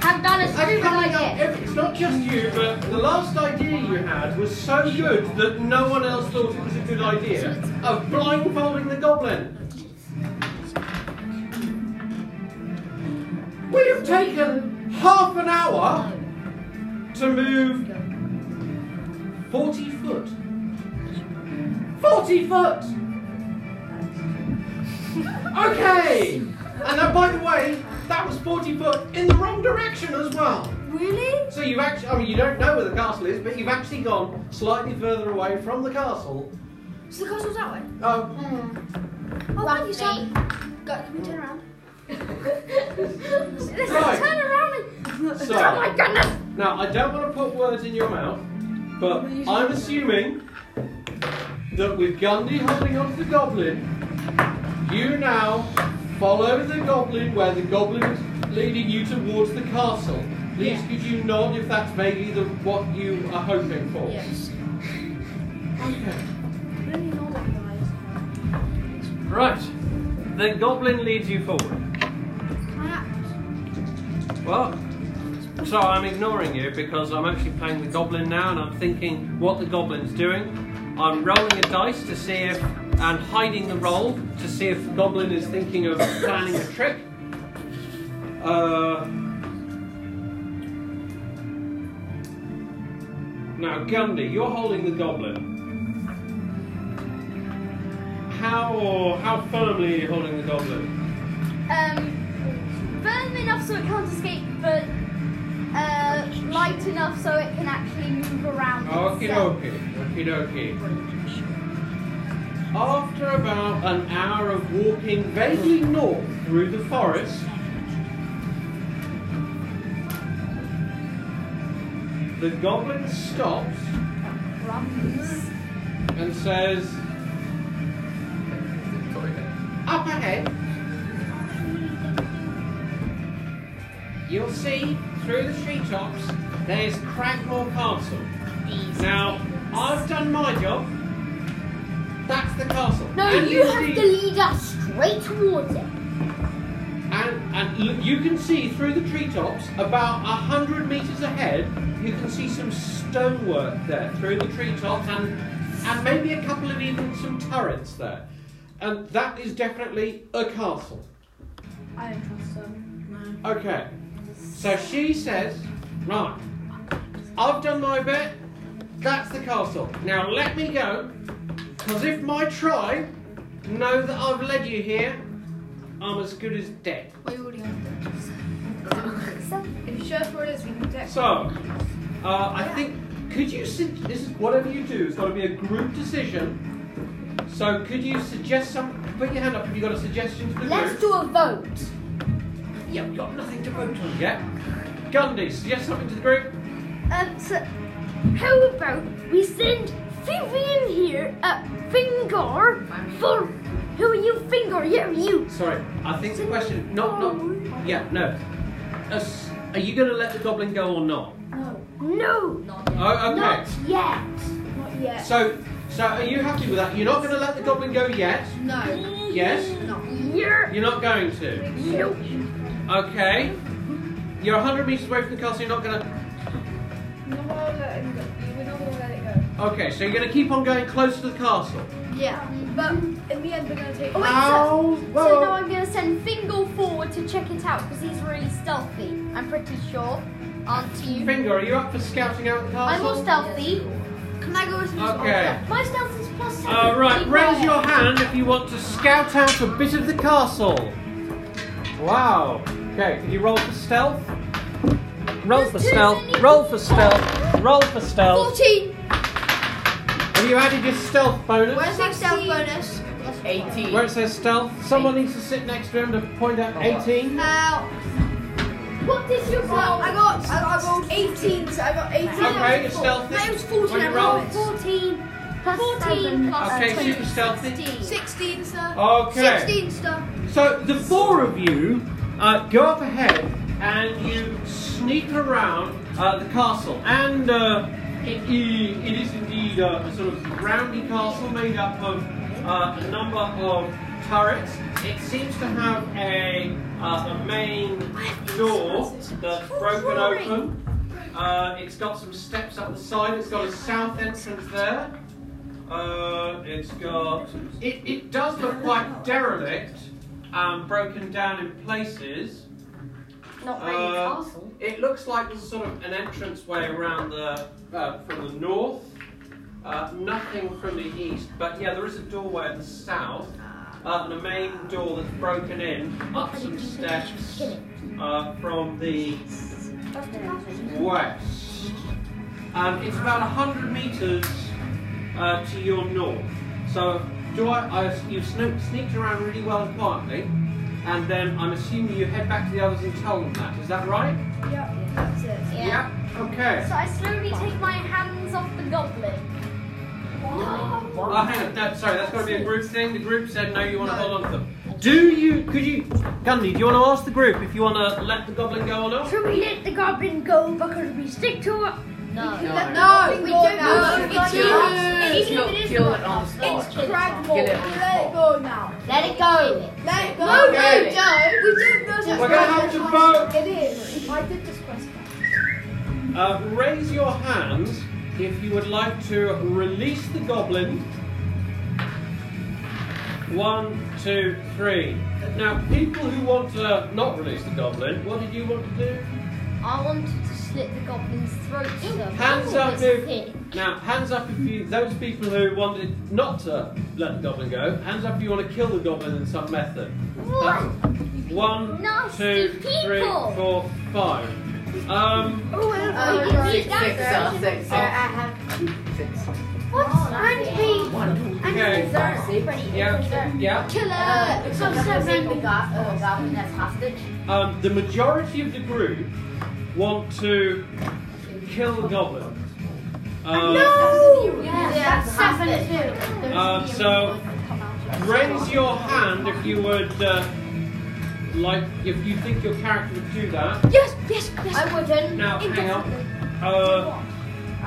Speaker 5: Have done a
Speaker 1: are
Speaker 5: stupid
Speaker 1: coming up.
Speaker 5: idea.
Speaker 1: Every, it's not just you, but the last idea you had was so good that no one else thought it was a good idea of blindfolding the goblin. We have taken half an hour to move 40 foot. 40 foot! Okay! And now, by the way, that was 40 foot in the wrong direction as well.
Speaker 4: Really?
Speaker 1: So you've actually, I mean, you don't know where the castle is, but you've actually gone slightly further away from the castle.
Speaker 4: So the castle's that way.
Speaker 1: Oh,
Speaker 5: Lovely.
Speaker 4: Oh, thank you, Sam. Go, can we turn around?
Speaker 1: right.
Speaker 5: Oh
Speaker 1: So,
Speaker 5: my goodness.
Speaker 1: now I don't want to put words in your mouth, but I'm assuming that with Gundy holding onto the goblin, you now follow the goblin where the goblin is leading you towards the castle. Please could you nod if that's maybe the, what you are hoping for?
Speaker 4: Yes.
Speaker 1: Okay.
Speaker 4: We don't need all that, guys.
Speaker 1: Right. The goblin leads you forward. Well, so I'm ignoring you because I'm actually playing the goblin now and I'm thinking what the goblin's doing. I'm rolling a dice to see if, and hiding the roll to see if the goblin is thinking of planning a trick. Uh, now, Gundy, you're holding the goblin. How or how firmly are you holding the goblin?
Speaker 2: Um, firm enough so it can't escape, but uh, light enough so it can actually move around.
Speaker 1: Okie
Speaker 2: itself.
Speaker 1: dokie, okie dokie. After about an hour of walking vaguely north through the forest, the goblin stops and says, Up ahead. You'll see through the treetops there's Cragmore Castle. Now, I've done my job. That's the castle.
Speaker 5: No,
Speaker 1: And
Speaker 5: you
Speaker 1: you'll
Speaker 5: have
Speaker 1: see-
Speaker 5: to lead us straight towards it.
Speaker 1: And, and look, you can see through the treetops, about a hundred meters ahead, you can see some stonework there through the treetops, and and maybe a couple of even some turrets there, and that is definitely a castle.
Speaker 4: I don't trust them.
Speaker 1: Okay, so she says, right, I've done my bit. That's the castle. Now let me go, because if my tribe know that I've led you here, I'm as good as dead.
Speaker 4: We already have them. If you show us where it is, we can protect
Speaker 1: So, uh, I think could you su- this is whatever you do, it's got to be a group decision. So could you suggest some? Put your hand up if you got a suggestion to the
Speaker 5: Let's
Speaker 1: group.
Speaker 5: do a vote.
Speaker 1: yeah, we've got nothing to vote on yet. Gundy, suggest something to the group.
Speaker 2: Um, so how about we send Vivian here at Fingar for who are you, Fingar? Yeah, you.
Speaker 1: Sorry, I think the question. Not, not. Yeah, no. Us- are you going to let the goblin go or not?
Speaker 2: No,
Speaker 1: Oh, okay.
Speaker 2: not yet.
Speaker 4: Not yet.
Speaker 1: So, so are you happy with that? You're not going to let the goblin go yet?
Speaker 4: No.
Speaker 1: Yes.
Speaker 2: You're
Speaker 1: You're not going to.
Speaker 2: no.
Speaker 1: Okay. You're 100 meters away from the castle, you're not gonna.
Speaker 4: We're not gonna let it go. We're not gonna let it go.
Speaker 1: Okay, so you're gonna keep on going close to the castle.
Speaker 4: Yeah. But in the end, we're gonna take.
Speaker 2: Oh, wait,
Speaker 1: Ow,
Speaker 2: so,
Speaker 1: whoa.
Speaker 2: so now I'm gonna send Fingal forward to check it out because he's really stealthy. I'm pretty sure, aren't you?
Speaker 1: Finger, are you up for scouting out the
Speaker 2: I'm
Speaker 1: castle?
Speaker 2: more stealthy. Can I go with you?
Speaker 1: Okay.
Speaker 2: My stealth is plus seven.
Speaker 1: Uh, right,
Speaker 2: Keep
Speaker 1: raise
Speaker 2: quiet.
Speaker 1: your hand if you want to scout out a bit of the castle. Wow. Okay, can you roll for stealth? Roll for
Speaker 2: too
Speaker 1: stealth,
Speaker 2: many
Speaker 1: roll for stealth, roll for stealth.
Speaker 4: 14.
Speaker 1: Have you added your stealth bonus?
Speaker 4: Where's my stealth bonus?
Speaker 6: 18.
Speaker 1: Where it says stealth, someone needs to sit next to him to point
Speaker 2: Oh,
Speaker 1: out 18.
Speaker 4: Now,
Speaker 2: What is your
Speaker 4: well,
Speaker 2: roll?
Speaker 4: I got, I got, I rolled 18, so I got 18.
Speaker 1: Okay, you're stealthy.
Speaker 4: That was 14,
Speaker 1: When
Speaker 4: I
Speaker 1: you
Speaker 4: rolled
Speaker 1: roll.
Speaker 2: 14 plus
Speaker 5: 14
Speaker 2: seven uh, plus
Speaker 1: Okay,
Speaker 2: 20.
Speaker 1: super stealthy.
Speaker 2: 16.
Speaker 4: 16, sir.
Speaker 1: Okay.
Speaker 4: 16 stuff.
Speaker 1: So the four of you uh, go up ahead and you sw- sneak around uh, the castle, and uh, it, i- it is indeed uh, a sort of roundy castle made up of uh, a number of turrets. It seems to have a, uh, a main door that's broken open. Uh, it's got some steps up the side. It's got a south entrance there. Uh, it's got. It, it does look quite derelict and broken down in places.
Speaker 5: Not really
Speaker 1: Uh,
Speaker 5: castle.
Speaker 1: It looks like there's sort of an entrance way around the uh, from the north. Uh, nothing from the east, but yeah, there is a doorway at the south uh, and a main door that's broken in up some steps uh, from the west. Um, it's about 100 metres uh, to your north. So do I, I, you've sno- sneaked around really well and quietly, and then I'm assuming you head back to the others and tell them that. Is that right?
Speaker 4: Yeah, that's it.
Speaker 1: Yeah. Okay.
Speaker 2: So I slowly take my hands off the goblin.
Speaker 1: Oh, hang on. No, sorry, that's got to be a group thing. The group said no. You want to hold on to them. Do you? Could you, Gandhi? Do you want to ask the group if you want to let the goblin go or not?
Speaker 5: Should we let the goblin go because we stick to it?
Speaker 6: No, no.
Speaker 4: No, we don't
Speaker 6: No,
Speaker 4: know. It's
Speaker 6: it's huge.
Speaker 5: Even if it is
Speaker 6: Kill
Speaker 5: not
Speaker 6: it on spot.
Speaker 4: It's Cragmore.
Speaker 6: Get it.
Speaker 4: Let it go now.
Speaker 6: Let it go.
Speaker 4: Let it go.
Speaker 6: No, no,
Speaker 4: We don't know that
Speaker 1: We're gonna have to vote.
Speaker 4: It is. I did this question.
Speaker 1: Uh, raise your hands if you would like to release the goblin. One, two, three. Now, people who want to not release the goblin, what did you want to do?
Speaker 2: I wanted to slit the goblin's throat. so-
Speaker 1: Hands
Speaker 2: Oh,
Speaker 1: up
Speaker 2: it's thick.
Speaker 1: if now hands up if you those people who wanted not to let the goblin go. Hands up if you want to kill the goblin in some method.
Speaker 2: What?
Speaker 1: One,
Speaker 2: Nasty
Speaker 1: two, three,
Speaker 2: people.
Speaker 1: four, five. Um,
Speaker 4: Oh, well,
Speaker 2: Oh,
Speaker 4: right.
Speaker 2: you did
Speaker 6: Six,
Speaker 2: that.
Speaker 6: uh, six.
Speaker 1: Oh.
Speaker 5: What? and we
Speaker 6: One.
Speaker 1: okay. Yeah. Yeah.
Speaker 6: Uh, so seven. The go- uh, goblin as hostage.
Speaker 1: Um, the majority of the group want to kill the goblin. Um,
Speaker 6: Yeah,
Speaker 5: that's seven too.
Speaker 1: um, so raise your hand if you would uh, like if you think your character would do that.
Speaker 2: Yes, yes, yes.
Speaker 6: I wouldn't.
Speaker 1: Now hang on. Uh,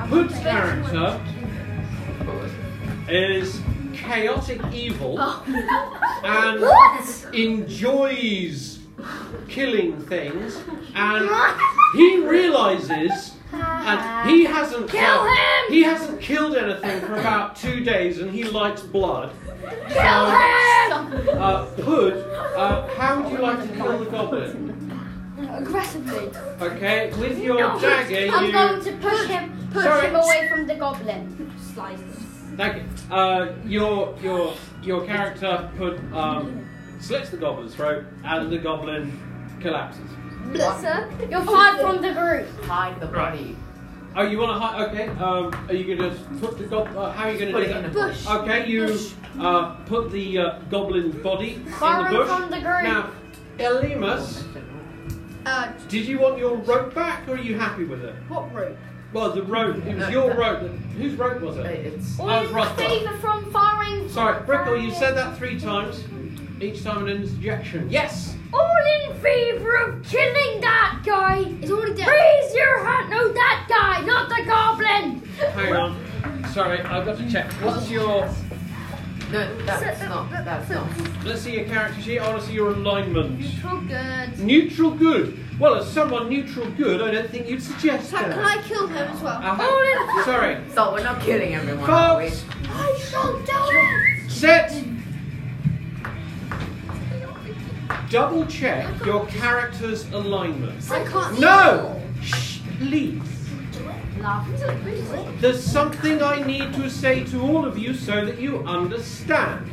Speaker 1: Hood's character is chaotic evil and enjoys killing things and he realizes and he hasn't
Speaker 2: Kill him!
Speaker 1: he hasn't killed anything for about two days and he likes blood.
Speaker 2: Kill him!
Speaker 1: Uh, Hood, uh, how would you like to kill the goblin?
Speaker 2: Aggressively.
Speaker 1: Okay, with your dagger you
Speaker 2: I'm going to push him, push
Speaker 1: Sorry.
Speaker 2: him away from the goblin.
Speaker 1: Thank you. Uh, your your your character put um, slits the goblin's throat, and the goblin collapses.
Speaker 2: Blesser, you're fired from the group.
Speaker 6: Hide the body.
Speaker 1: Oh, you want to hide? Okay. Um, are you going to put the goblin? Uh, how are you going
Speaker 6: Put
Speaker 1: to
Speaker 6: it
Speaker 1: do
Speaker 6: in a
Speaker 1: that?
Speaker 6: bush.
Speaker 1: Okay, you uh, put the uh, goblin's body in
Speaker 2: Firing
Speaker 1: the bush.
Speaker 2: from the group.
Speaker 1: Now, Elimus,
Speaker 4: Uh,
Speaker 1: did you want your rope back, or are you happy with it?
Speaker 4: what rope?
Speaker 1: Well, the rope. It was your rope. Whose rope was it?
Speaker 6: It's
Speaker 2: Or
Speaker 1: Uh,
Speaker 2: you
Speaker 1: Rothgar.
Speaker 2: favour from firing
Speaker 1: Sorry, Brickle. You said that three times. Each time an interjection. Yes.
Speaker 2: All in favour of killing that guy. It's already dead. Raise your hand. No, that guy, not the goblin.
Speaker 1: Hang on. um, Sorry, I've got to check. What's your.
Speaker 6: no, that's not. That's not.
Speaker 1: Let's see your character sheet. I want to see your alignment.
Speaker 4: Neutral good.
Speaker 1: Neutral good. Well, as someone neutral good, I don't think you'd suggest
Speaker 4: Can
Speaker 1: that.
Speaker 4: I Oh, kill him as well?
Speaker 1: Uh-huh. Sorry.
Speaker 6: So we're not killing everyone. are we?
Speaker 1: Folks,
Speaker 4: I shall do
Speaker 1: set. Double check your character's alignment.
Speaker 4: it. I can't.
Speaker 1: No! Shh, please.
Speaker 6: Laugh.
Speaker 1: There's something I need to say to all of you so that you understand.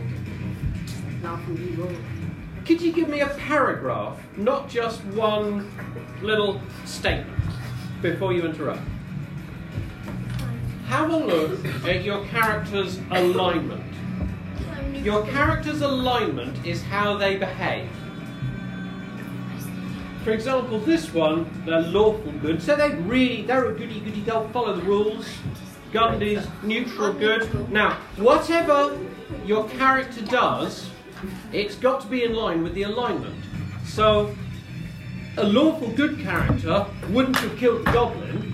Speaker 1: Could you give me a paragraph, not just one little statement, before you interrupt? Have a look at your character's alignment. Your character's alignment is how they behave. For example, this one, they're lawful good, so they really, they're a goody goody, they'll follow the rules. Gandhi's neutral good. Now, whatever your character does, it's got to be in line with the alignment. So, a lawful good character wouldn't have killed the goblin,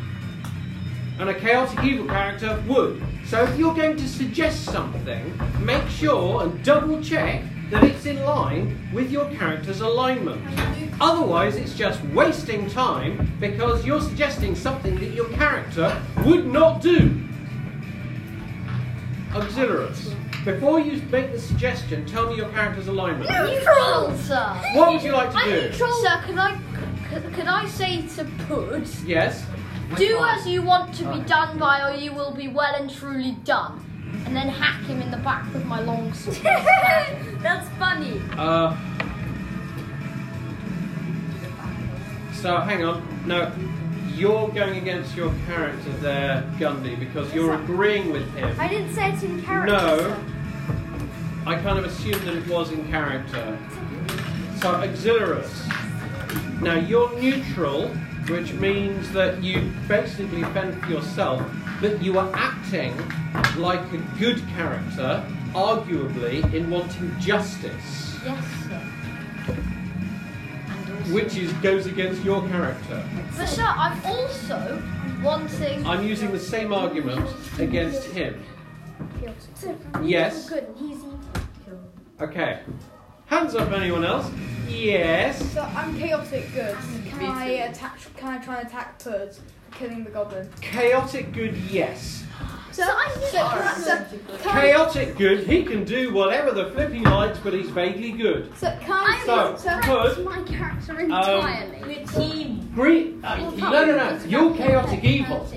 Speaker 1: and a chaotic evil character would. So if you're going to suggest something, make sure and double check that it's in line with your character's alignment. Otherwise, it's just wasting time because you're suggesting something that your character would not do. Auxiliaries. Before you make the suggestion, tell me your character's alignment.
Speaker 2: Neutral, sir.
Speaker 1: What would you like to
Speaker 2: I'm
Speaker 1: do?
Speaker 2: neutral. Sir, can I, can, can I say to Pud,
Speaker 1: Yes.
Speaker 2: do as you want to be done by or you will be well and truly done? And then hack him in the back with my long sword. That's funny.
Speaker 1: Uh, so hang on. No, you're going against your character there, Gundy, because you're agreeing with him.
Speaker 3: I didn't say it's in character.
Speaker 1: No. I kind of assumed that it was in character. So auxiliarus. Now you're neutral, which means that you basically fend for yourself, but you are acting like a good character, arguably in wanting justice,
Speaker 2: Yes, sir. And also,
Speaker 1: which is goes against your character.
Speaker 2: but sir, I'm also wanting.
Speaker 1: I'm using the same argument against him.
Speaker 3: He's
Speaker 1: Yes.
Speaker 3: Oh, good and he's evil.
Speaker 1: Okay. Hands up, anyone else? Yes.
Speaker 4: So I'm chaotic good. Can
Speaker 6: Me
Speaker 4: I
Speaker 6: too.
Speaker 4: attack? Can I try and attack Pud for killing the goblin?
Speaker 1: Chaotic good, yes.
Speaker 4: So, I'm so, can I-
Speaker 1: Chaotic good, he can do whatever the flip he likes, but he's vaguely good.
Speaker 4: so can I?
Speaker 1: So,
Speaker 2: That's
Speaker 1: good.
Speaker 2: my
Speaker 1: Um,
Speaker 2: character entirely.
Speaker 6: We're team.
Speaker 1: Green. Uh, no, no, no. You're chaotic evil.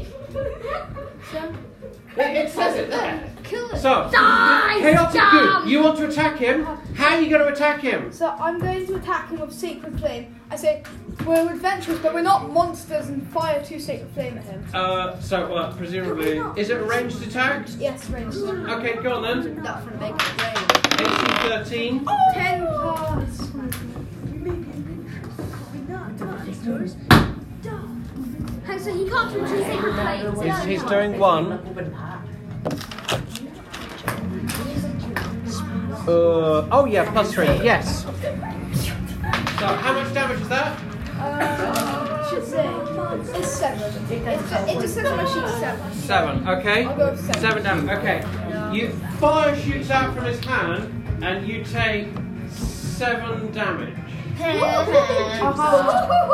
Speaker 1: It, it says it there.
Speaker 4: kill it.
Speaker 1: So,
Speaker 2: Die,
Speaker 1: chaotic
Speaker 2: scum!
Speaker 1: good. You want to attack him? How are you going to attack him?
Speaker 4: So I'm going to attack him with Sacred Flame. I say, we're adventurers, but we're not monsters and fire two Sacred Flame at him.
Speaker 1: Uh, so, well, presumably, is it a ranged attack?
Speaker 4: Yes, ranged.
Speaker 1: Okay, go on then.
Speaker 4: That from Big Flame.
Speaker 1: AC 13.
Speaker 4: Ten plus.
Speaker 2: And Oh, so he can't reach his sacred place.
Speaker 1: He's, he's doing one. Uh, oh yeah, plus three. Yes. So how much damage is that?
Speaker 4: Uh, should say it's seven. It's ju- it just says on my sheet seven.
Speaker 1: Seven. Okay.
Speaker 4: I'll go with seven.
Speaker 1: Seven damage. Okay. You fire shoots out from his hand, and you take seven damage.
Speaker 2: Oh,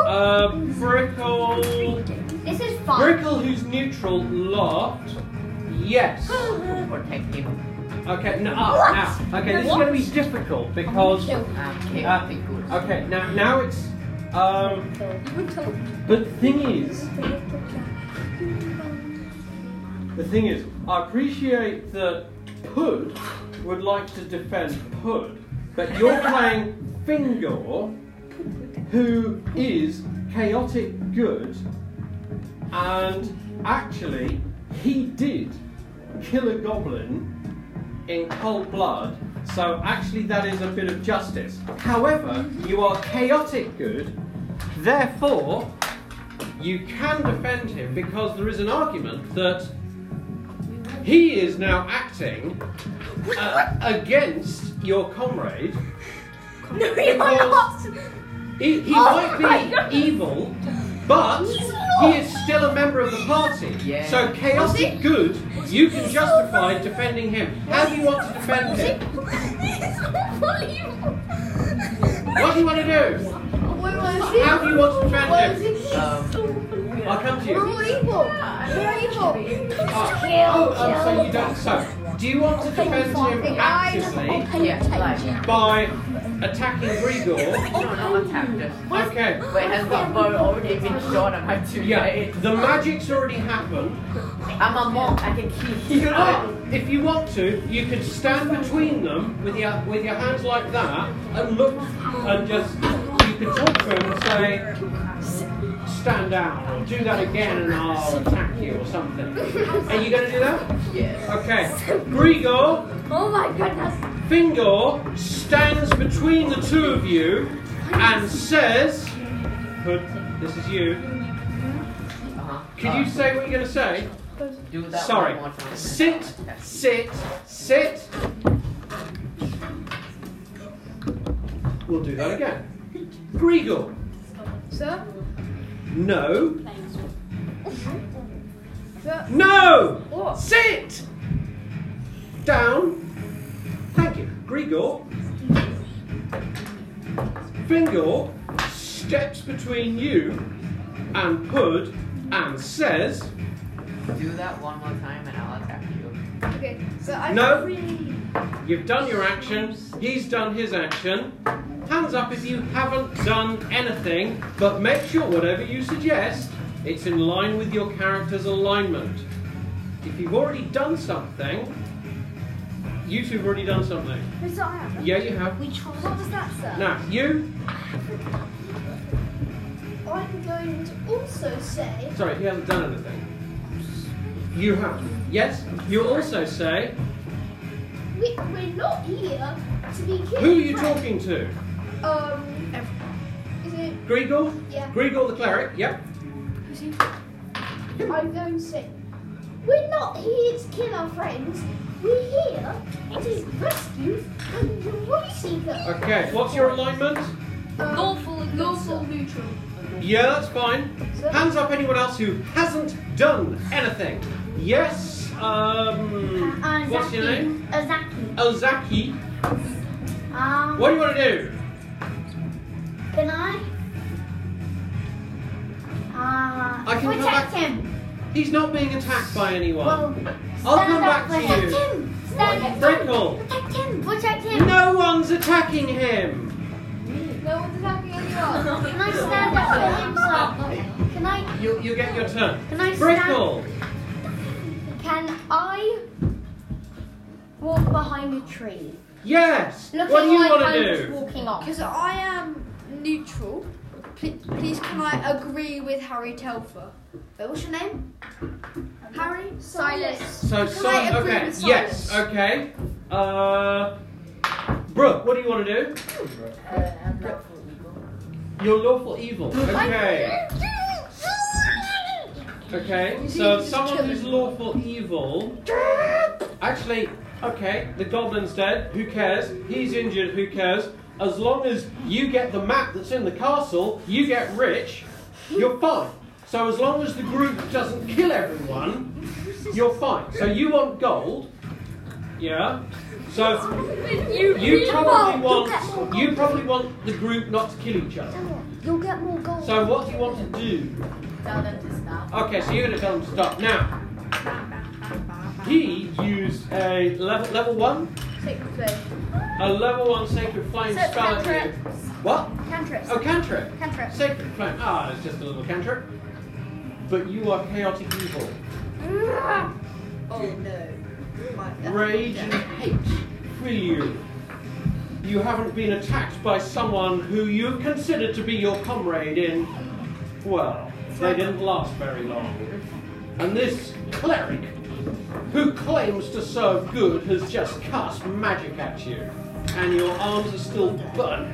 Speaker 1: Uh, Brickle.
Speaker 5: This is fun.
Speaker 1: Brickle, who's neutral, laughed. Yes.
Speaker 6: Protect him.
Speaker 1: Okay. No. ah, now. Okay. This is going to be difficult because.
Speaker 6: Um,
Speaker 1: chaotic Okay, now now it's um But the thing is The thing is, I appreciate that Pud would like to defend Pud, but you're playing Fingor, who is chaotic good, and actually he did kill a goblin in cold blood, so actually that is a bit of justice. However, you are chaotic good, therefore you can defend him because there is an argument that he is now acting uh, against your comrade.
Speaker 3: No, you're not.
Speaker 1: He, he
Speaker 4: Oh,
Speaker 1: might be evil, but he is still a member of the party.
Speaker 6: Yeah.
Speaker 1: So chaotic good, you can justify defending him. How do you want to defend him? What do you want to do?
Speaker 4: What was
Speaker 1: How do you want to
Speaker 4: What
Speaker 1: defend
Speaker 4: was
Speaker 1: him?
Speaker 6: Um,
Speaker 1: I'll come to
Speaker 4: We're
Speaker 1: you.
Speaker 4: all evil. We're evil.
Speaker 1: Ah, oh, um, so you don't. So, do you want to defend him actively
Speaker 6: Yeah, like.
Speaker 1: by attacking Grigor?
Speaker 6: No, not attack. Just.
Speaker 1: Okay.
Speaker 6: Wait, has got bow already been shot? Am I too
Speaker 1: Yeah,
Speaker 6: late?
Speaker 1: the magic's already happened.
Speaker 6: I'm a monk. I can keep.
Speaker 1: You can, ah, if you want to, you could stand between them with your with your hands like that and look and just you could talk to him and say, stand down or do that again and I'll attack you or something. Are you going to do that?
Speaker 6: Yes.
Speaker 1: Okay. Grigor.
Speaker 2: Oh my goodness.
Speaker 1: Fingor stands between the two of you and says, Hood, this is you.
Speaker 6: Uh-huh.
Speaker 1: Could
Speaker 2: Uh.
Speaker 1: you say what you're going to say?
Speaker 6: do that
Speaker 1: Sorry.
Speaker 6: one more time?
Speaker 1: Sit, sit, sit. We'll do that again. Grigor,
Speaker 4: Sir?
Speaker 1: No.
Speaker 4: Sir?
Speaker 1: No!
Speaker 4: What?
Speaker 1: Sit! Down. Thank you. Grigor. Fingor steps between you and Pud and says,
Speaker 6: Do that one more time and I'll attack you.
Speaker 4: Okay, so I
Speaker 1: No.
Speaker 4: really.
Speaker 1: You've done your action, he's done his action. Hands up if you haven't done anything, but make sure whatever you suggest, it's in line with your character's alignment. If you've already done something, you two have already done something.
Speaker 4: It's not happening.
Speaker 1: Yeah, you have.
Speaker 4: What does that say?
Speaker 1: Now, you,
Speaker 4: I'm going to also say.
Speaker 1: sorry, he hasn't done anything. You have. Yes? You'll also say,
Speaker 2: We, we're not here to be killed.
Speaker 1: who are you talking to?
Speaker 4: Um. Is it.
Speaker 1: Grigor?
Speaker 2: Yeah.
Speaker 1: Grigor the cleric, yep.
Speaker 2: I'm going to say, we're not here to kill our friends. We're here to rescue and joy seeker.
Speaker 1: Okay, what's your alignment?
Speaker 4: Um,
Speaker 3: Lawful, lawful neutral.
Speaker 1: Yeah, that's fine.
Speaker 4: Sir?
Speaker 1: Hands up anyone else who hasn't done anything. Yes, um,
Speaker 5: Uh,
Speaker 1: what's your
Speaker 5: Zaki.
Speaker 1: name?
Speaker 2: Oh,
Speaker 1: Oh,
Speaker 5: Uh, Zaki.
Speaker 1: Ozaki.
Speaker 5: Um,
Speaker 1: What do you want to do?
Speaker 5: Can I? Uh,
Speaker 1: I can come
Speaker 5: protect
Speaker 1: back-
Speaker 5: him.
Speaker 1: He's not being attacked by anyone.
Speaker 5: Well,
Speaker 1: I'll
Speaker 5: stand up
Speaker 1: come back to
Speaker 5: for him.
Speaker 1: you.
Speaker 5: Protect him. Stand up.
Speaker 1: Frickle.
Speaker 5: Protect him. Protect him.
Speaker 1: No one's attacking him.
Speaker 4: No one's attacking anyone.
Speaker 5: Can I stand up for him, sir? Can I?
Speaker 1: You, you get your turn.
Speaker 5: Can I Oh. stand?
Speaker 1: Brickle.
Speaker 5: Can I walk behind a tree?
Speaker 1: Yes.
Speaker 5: Looking
Speaker 1: what do you
Speaker 5: like
Speaker 1: want
Speaker 5: I'm
Speaker 1: to
Speaker 5: just
Speaker 1: do?
Speaker 5: walking off.
Speaker 4: Because I am neutral. Please, please can I agree with Harry Telfer? Wait, what's your name? Harry? Silas.
Speaker 1: So,
Speaker 4: Can
Speaker 1: so
Speaker 4: I agree
Speaker 1: okay.
Speaker 4: with
Speaker 1: yes.
Speaker 4: Silas?
Speaker 1: Okay. Uh, Brooke, what do you want to do?
Speaker 6: Uh, I'm not full legal.
Speaker 1: You're lawful evil. Okay. Okay,
Speaker 4: You see,
Speaker 1: so
Speaker 4: he's just
Speaker 1: someone who's
Speaker 4: chilling.
Speaker 1: lawful evil. Actually, okay, the goblin's dead. Who cares? He's injured. Who cares? As long as you get the map that's in the castle, you get rich, you're fine. So as long as the group doesn't kill everyone, you're fine. So you want gold, yeah? So
Speaker 5: You,
Speaker 1: you probably want you probably want the group not to kill each other.
Speaker 5: You'll get more gold.
Speaker 1: So what do you want to do?
Speaker 6: Tell them to stop.
Speaker 1: Okay, so you're gonna tell him to stop now. He used a level level one,
Speaker 4: Sacred Flame.
Speaker 1: a level one sacred flame
Speaker 4: So it's
Speaker 1: spell. at you.
Speaker 4: cantrips.
Speaker 1: What?
Speaker 4: Cantrips.
Speaker 1: Oh, cantrip.
Speaker 4: Cantrips.
Speaker 1: Sacred flame. Ah, it's just a little cantrip. But you are chaotic evil,
Speaker 6: Oh no.
Speaker 1: rage and hate fill you. You haven't been attacked by someone who you considered to be your comrade in. Well, they didn't last very long. And this cleric, who claims to serve good, has just cast magic at you. And your arms are still burning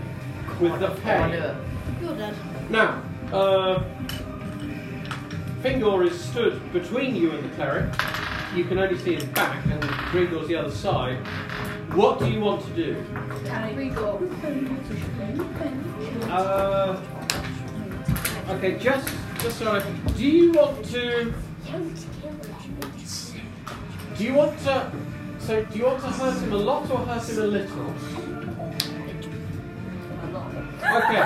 Speaker 1: with the pain.
Speaker 6: Order.
Speaker 3: You're dead.
Speaker 1: Now, uh, Fingor is stood between you and the cleric. You can only see his back, and Grigor's the other side. What do you want to do? Uh, okay, just just so I, do you want to do you want to so do you want to hurt him a lot or hurt him a little? Okay.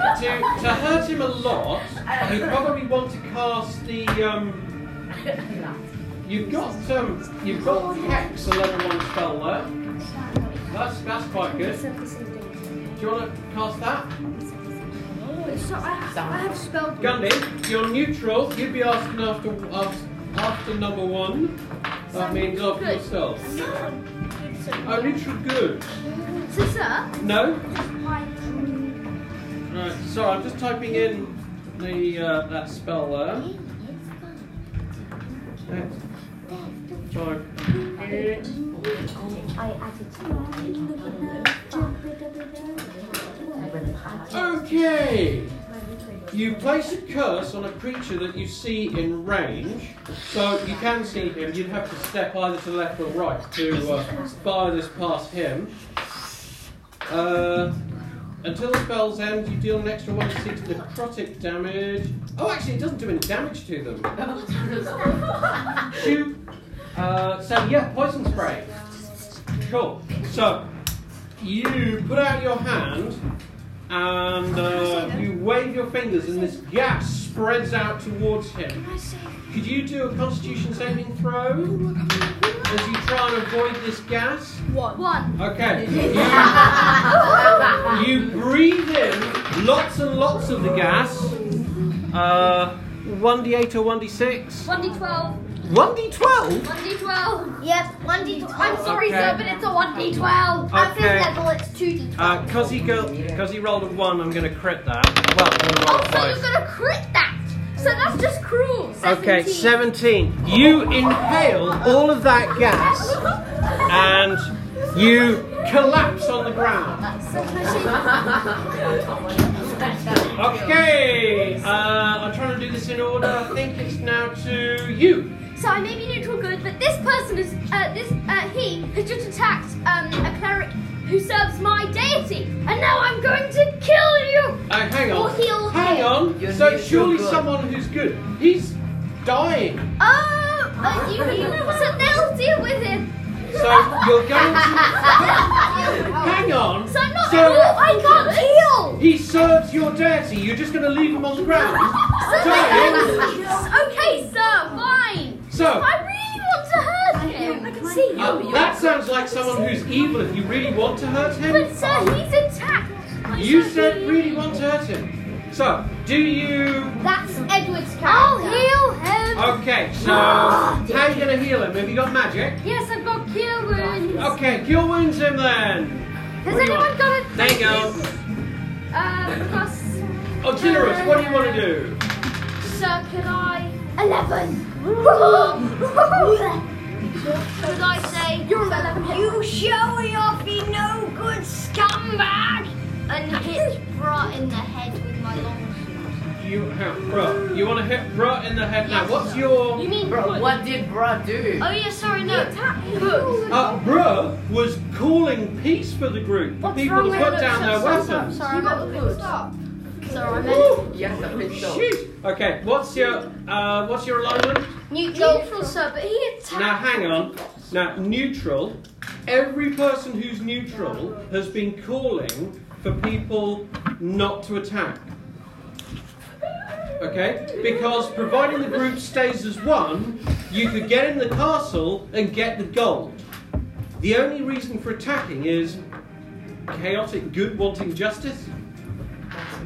Speaker 1: okay. To to hurt him a lot, you probably want to cast the um. You've got um. You've got hex a level one spell there. That's that's quite good. Do you want to cast that?
Speaker 4: So I, I have spelled.
Speaker 1: Gundy, you're neutral. You'd be asking after af- after number one. That means after
Speaker 4: good.
Speaker 1: yourself.
Speaker 4: So,
Speaker 1: Oh, neutral good.
Speaker 4: sir,
Speaker 1: No. Right. Sorry, I'm just typing in the uh, that spell there. That's fine.
Speaker 5: I added
Speaker 1: Okay. You place a curse on a creature that you see in range, so you can see him. You'd have to step either to the left or right to uh, fire this past him. Uh, Until the spell's end, you deal an extra 1d6 necrotic damage. Oh, actually, it doesn't do any damage to them. Shoot. Uh, so, yeah, poison spray. Cool. So, you put out your hand and uh, you wave your fingers, and this gas spreads out towards him. Could you do a constitution saving throw as you try and avoid this gas?
Speaker 2: One.
Speaker 1: Okay. You, you breathe in lots and lots of the gas. Uh, 1d8 or 1d6?
Speaker 2: One D twelve.
Speaker 1: 1d12?
Speaker 2: One D twelve.
Speaker 5: Yes, one D twelve.
Speaker 2: I'm sorry,
Speaker 1: Okay.
Speaker 2: sir, but it's a one D twelve.
Speaker 5: At this
Speaker 1: Okay.
Speaker 5: level, it's two D twelve.
Speaker 1: Because Uh, he go, because he rolled a 1, I'm going to crit that. Well, I'm gonna roll a
Speaker 2: Also,
Speaker 1: five.
Speaker 2: you're gonna crit that. So that's just cruel.
Speaker 1: Okay, 17. You inhale all of that gas and you collapse on the ground. Okay, uh, I'm trying to do this in order. I think it's now to you.
Speaker 2: So I may be neutral good, but this person is uh, this uh, he has just attacked um, a cleric who serves my deity, and now I'm going to kill you.
Speaker 1: Uh, hang on.
Speaker 2: Or he'll
Speaker 1: hang on.
Speaker 6: You're
Speaker 1: so
Speaker 6: neutral
Speaker 1: surely
Speaker 6: good.
Speaker 1: someone who's good. He's dying.
Speaker 2: Oh, but you, you so they'll deal with him.
Speaker 1: So you're going to. Hang on.
Speaker 2: So I'm not.
Speaker 1: So-
Speaker 2: oh, I can't heal.
Speaker 1: He serves your deity. You're just going to leave him on the ground. dying.
Speaker 2: Okay, sir, fine.
Speaker 1: So.
Speaker 2: I really want to hurt him. I can see Oh. you.
Speaker 3: Oh,
Speaker 1: Uh, that sounds like someone who's evil if you really want to hurt him.
Speaker 2: But sir, he's attacked.
Speaker 1: You said really want to hurt him. So, do you.
Speaker 5: That's Edward's character.
Speaker 2: I'll heal him.
Speaker 1: Okay, so how are you going to heal him? Have you got magic?
Speaker 2: Yes, I've got cure wounds.
Speaker 1: Okay, cure wounds him then.
Speaker 2: Has anyone got a
Speaker 1: There you go.
Speaker 2: uh, plus?
Speaker 1: Auxiliaries, what do you want to do?
Speaker 2: Sir, could I?
Speaker 5: Eleven.
Speaker 2: Could I say you're eleven?
Speaker 3: You showy offy no good scumbag!
Speaker 2: And hit Bra in the head with my long.
Speaker 1: You have bruh. You want to hit bruh in the head now. What's your.
Speaker 2: You mean
Speaker 6: Bro, what did bruh do?
Speaker 2: Oh yeah, sorry, no. Good.
Speaker 1: Uh, bruh was calling peace for the group.
Speaker 2: What's
Speaker 1: People
Speaker 2: wrong with
Speaker 1: put
Speaker 2: it?
Speaker 1: down their weapons.
Speaker 2: Sorry, I meant good. Sorry, I meant
Speaker 1: Ooh,
Speaker 6: Yes, a pistol.
Speaker 1: Shit. Okay, what's your uh, what's your alignment?
Speaker 2: neutral, sir, but he attacked.
Speaker 1: Now, hang on. Now, neutral. Every person who's neutral has been calling for people not to attack. Okay? Because providing the group stays as one, you could get in the castle and get the gold. The only reason for attacking is chaotic good wanting justice.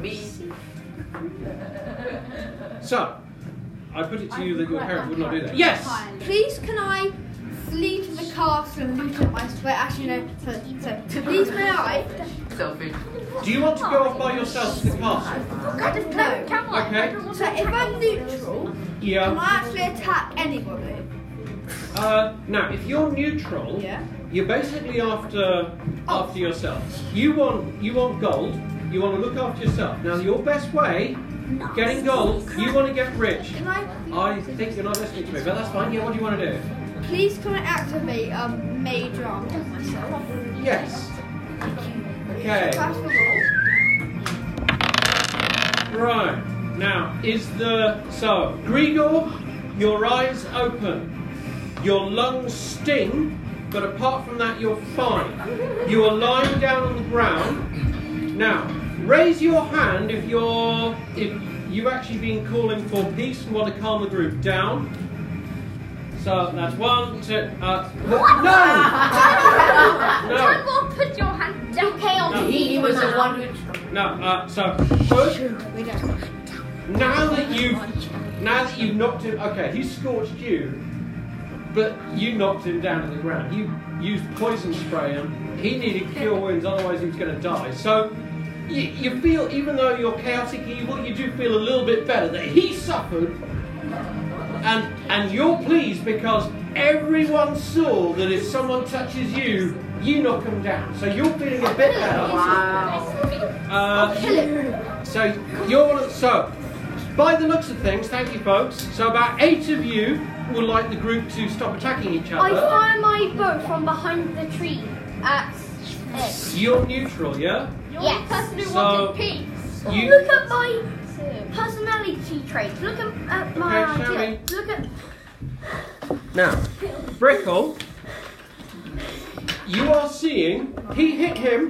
Speaker 6: Me.
Speaker 1: So, I put it to you that your parent would not do that. Yes!
Speaker 4: Please, can I flee to the castle and loot up my sweat? Actually, no. So, so, please, may I?
Speaker 6: Selfish.
Speaker 1: Do you want to go off by yourself to the castle?
Speaker 4: I just no.
Speaker 2: Come on.
Speaker 1: Okay.
Speaker 4: So, if I'm neutral, can
Speaker 1: Yeah.
Speaker 4: I actually attack anybody?
Speaker 1: Uh, now, if you're neutral,
Speaker 4: Yeah.
Speaker 1: you're basically after after yourself. You want you want gold. You want to look after yourself. Now, your best way getting gold. You want to get rich.
Speaker 4: Can I?
Speaker 1: I think you're not listening to me, but that's fine. Yeah, what do you want to do?
Speaker 4: Please, can I activate um mage armor on myself?
Speaker 1: Yes. Okay.
Speaker 4: First of all,
Speaker 1: Right. Now, is the so Grigor? Your eyes open. Your lungs sting, but apart from that, you're fine. You are lying down on the ground. Now, raise your hand if you're if you've actually been calling for peace and want to calm the group down. So that's one, two. Uh, no,
Speaker 2: Well, put your hand down.
Speaker 1: no, no.
Speaker 6: He was the one who.
Speaker 1: No, uh, so first, now that you've now that you've knocked him, okay, he scorched you, but you knocked him down to the ground. You used poison spray him. He needed cure wounds, otherwise he was going to die. So you, you feel, even though you're chaotic evil, you do feel a little bit better that he suffered, and and you're pleased because everyone saw that if someone touches you, you knock them down. So you're feeling a bit better.
Speaker 6: Wow.
Speaker 1: Uh, so you're one of so by the looks of things, thank you folks. So about eight of you would like the group to stop attacking each
Speaker 2: I
Speaker 1: other.
Speaker 2: fire my bow from behind the tree at X.
Speaker 1: You're neutral, yeah?
Speaker 2: You're
Speaker 5: Yes.
Speaker 2: the person who
Speaker 1: So-
Speaker 2: wanted peace.
Speaker 1: You
Speaker 5: Look at my personality traits. Look at,
Speaker 2: uh,
Speaker 5: at my
Speaker 1: Okay, show
Speaker 5: idea. Look at
Speaker 1: now, Brickle. You are seeing he hit him.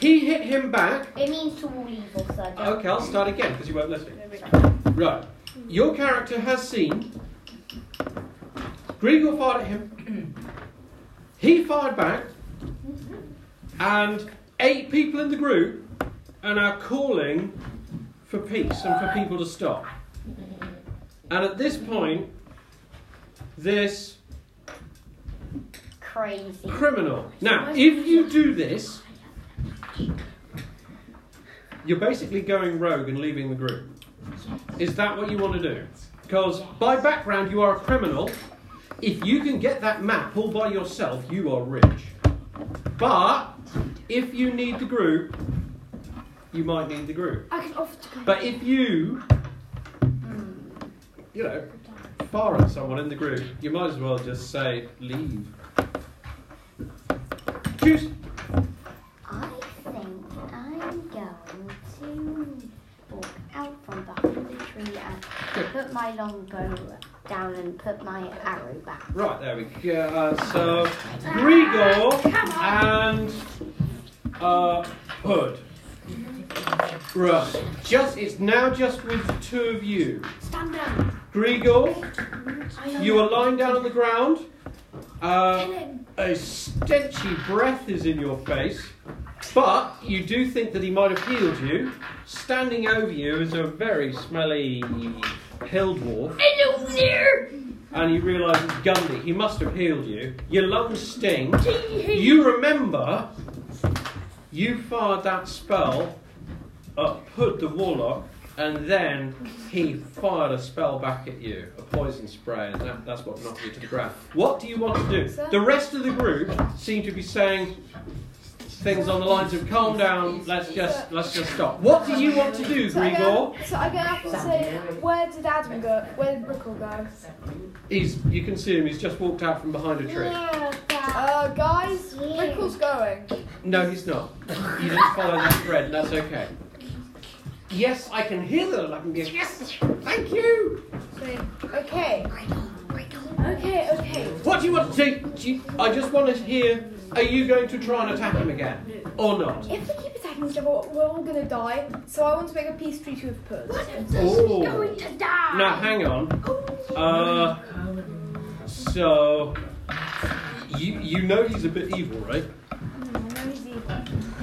Speaker 1: He hit him back.
Speaker 5: it means to all evil, sir.
Speaker 1: Okay, I'll start again because you weren't listening. Right. Your character has seen Grigor fired at him. He fired back, and eight people in the group are now calling for peace and for people to stop. And at this point, this
Speaker 5: Crazy.
Speaker 1: criminal. Now, if you do this, you're basically going rogue and leaving the group. Is that what you want to do? Because by background, you are a criminal. If you can get that map all by yourself, you are rich. But if you need the group, you might need the group.
Speaker 4: I can offer to go.
Speaker 1: But if you, you know, fire at someone in the group, you might as well just say leave. Choose.
Speaker 5: I think I'm going to walk out from behind the tree and put my longbow down and put my arrow back.
Speaker 1: Right, there we go. Uh, so, Grigor and uh, Hood. Right, just it's now just with the two of you.
Speaker 2: Stand down.
Speaker 1: Grigor, you are lying down on the ground. Uh, a stenchy breath is in your face, but you do think that he might have healed you. Standing over you is a very smelly hill dwarf
Speaker 2: Hello there.
Speaker 1: and you realise it's Gundy. He must have healed you. Your lungs sting. You remember you fired that spell at Hood the Warlock, and then he fired a spell back at you, a poison spray, and that, that's what knocked you to the ground. What do you want to do? The rest of the group seem to be saying things on the lines of "Calm down, let's just let's just stop." What do you want to do,
Speaker 4: So I
Speaker 1: Grigor?
Speaker 4: go, so I go up and say, where did Adam go? Where did Brickle go?
Speaker 1: He's you can see him. He's just walked out from behind a tree.
Speaker 5: Oh,
Speaker 4: Uh, guys, Brickle's going.
Speaker 1: No, he's not. You didn't follow that thread, that's okay. Yes, I can hear the I can go, yes, thank you.
Speaker 4: Say, okay. Okay, okay.
Speaker 1: What do you want to do? do you, I just want to hear, are you going to try and attack him again? Or not?
Speaker 4: If we keep attacking each other, we're all gonna die. So I want to make a peace treaty with Puss.
Speaker 1: Oh.
Speaker 2: To die.
Speaker 1: Now, hang on. Uh, so, you, you know he's a bit evil, right?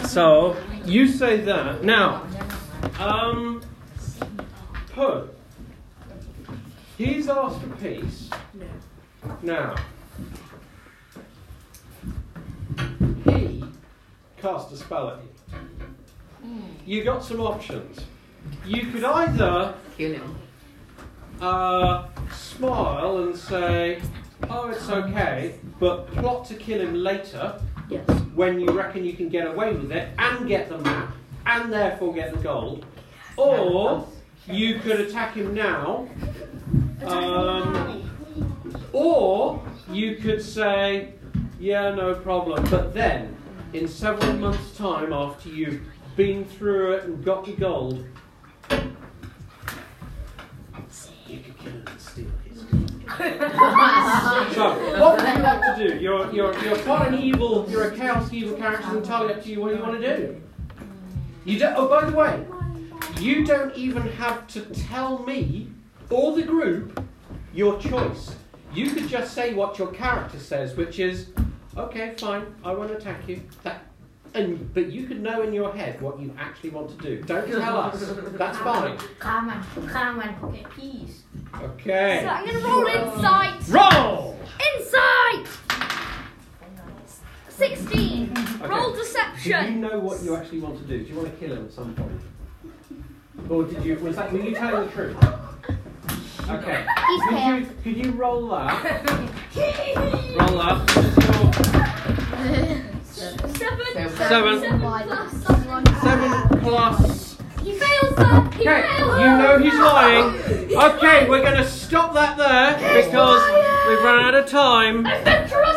Speaker 1: So, you say that. Now, um, Poe, he's asked for peace. Now, he cast a spell at you. You got some options. You could either
Speaker 6: Kill him.
Speaker 1: uh, smile and say, "Oh, it's okay," but plot to kill him later
Speaker 6: Yes.
Speaker 1: when you reckon you can get away with it and get the map and therefore get the gold, or you could attack him now, um, or you could say, "Yeah, no problem," but then in several months' time after you've been through it and got the gold. You could kill him and steal his gold. So, Uh, what would you like to do? You're, you're, you're quite an evil, you're a chaos evil character, it's entirely up to you what you want to do. You don't, oh, by the way, you don't even have to tell me or the group your choice. You could just say what your character says, which is, okay, fine, I want to attack you. That, and, but you could know in your head what you actually want to do. Don't tell us. That's fine.
Speaker 6: Come on, come on, get peace.
Speaker 2: So
Speaker 1: Okay.
Speaker 2: I'm gonna roll insight.
Speaker 1: Roll!
Speaker 2: Insight. Sixteen.
Speaker 1: Okay.
Speaker 2: Roll
Speaker 1: Do you
Speaker 2: deception.
Speaker 1: know what you actually want to do? Do you want to kill him at some point? Or did you? Was that? Were you telling the truth? Okay.
Speaker 5: He's
Speaker 1: Could
Speaker 5: pale.
Speaker 1: you, could you roll up? roll up. Seven
Speaker 2: Seven.
Speaker 1: Seven.
Speaker 2: Seven plus someone.
Speaker 1: plus.
Speaker 2: He fails, sir. He
Speaker 1: Okay.
Speaker 2: fails.
Speaker 1: You know he's lying. Okay, we're going to stop that there because we've run out of time.
Speaker 2: Adventurous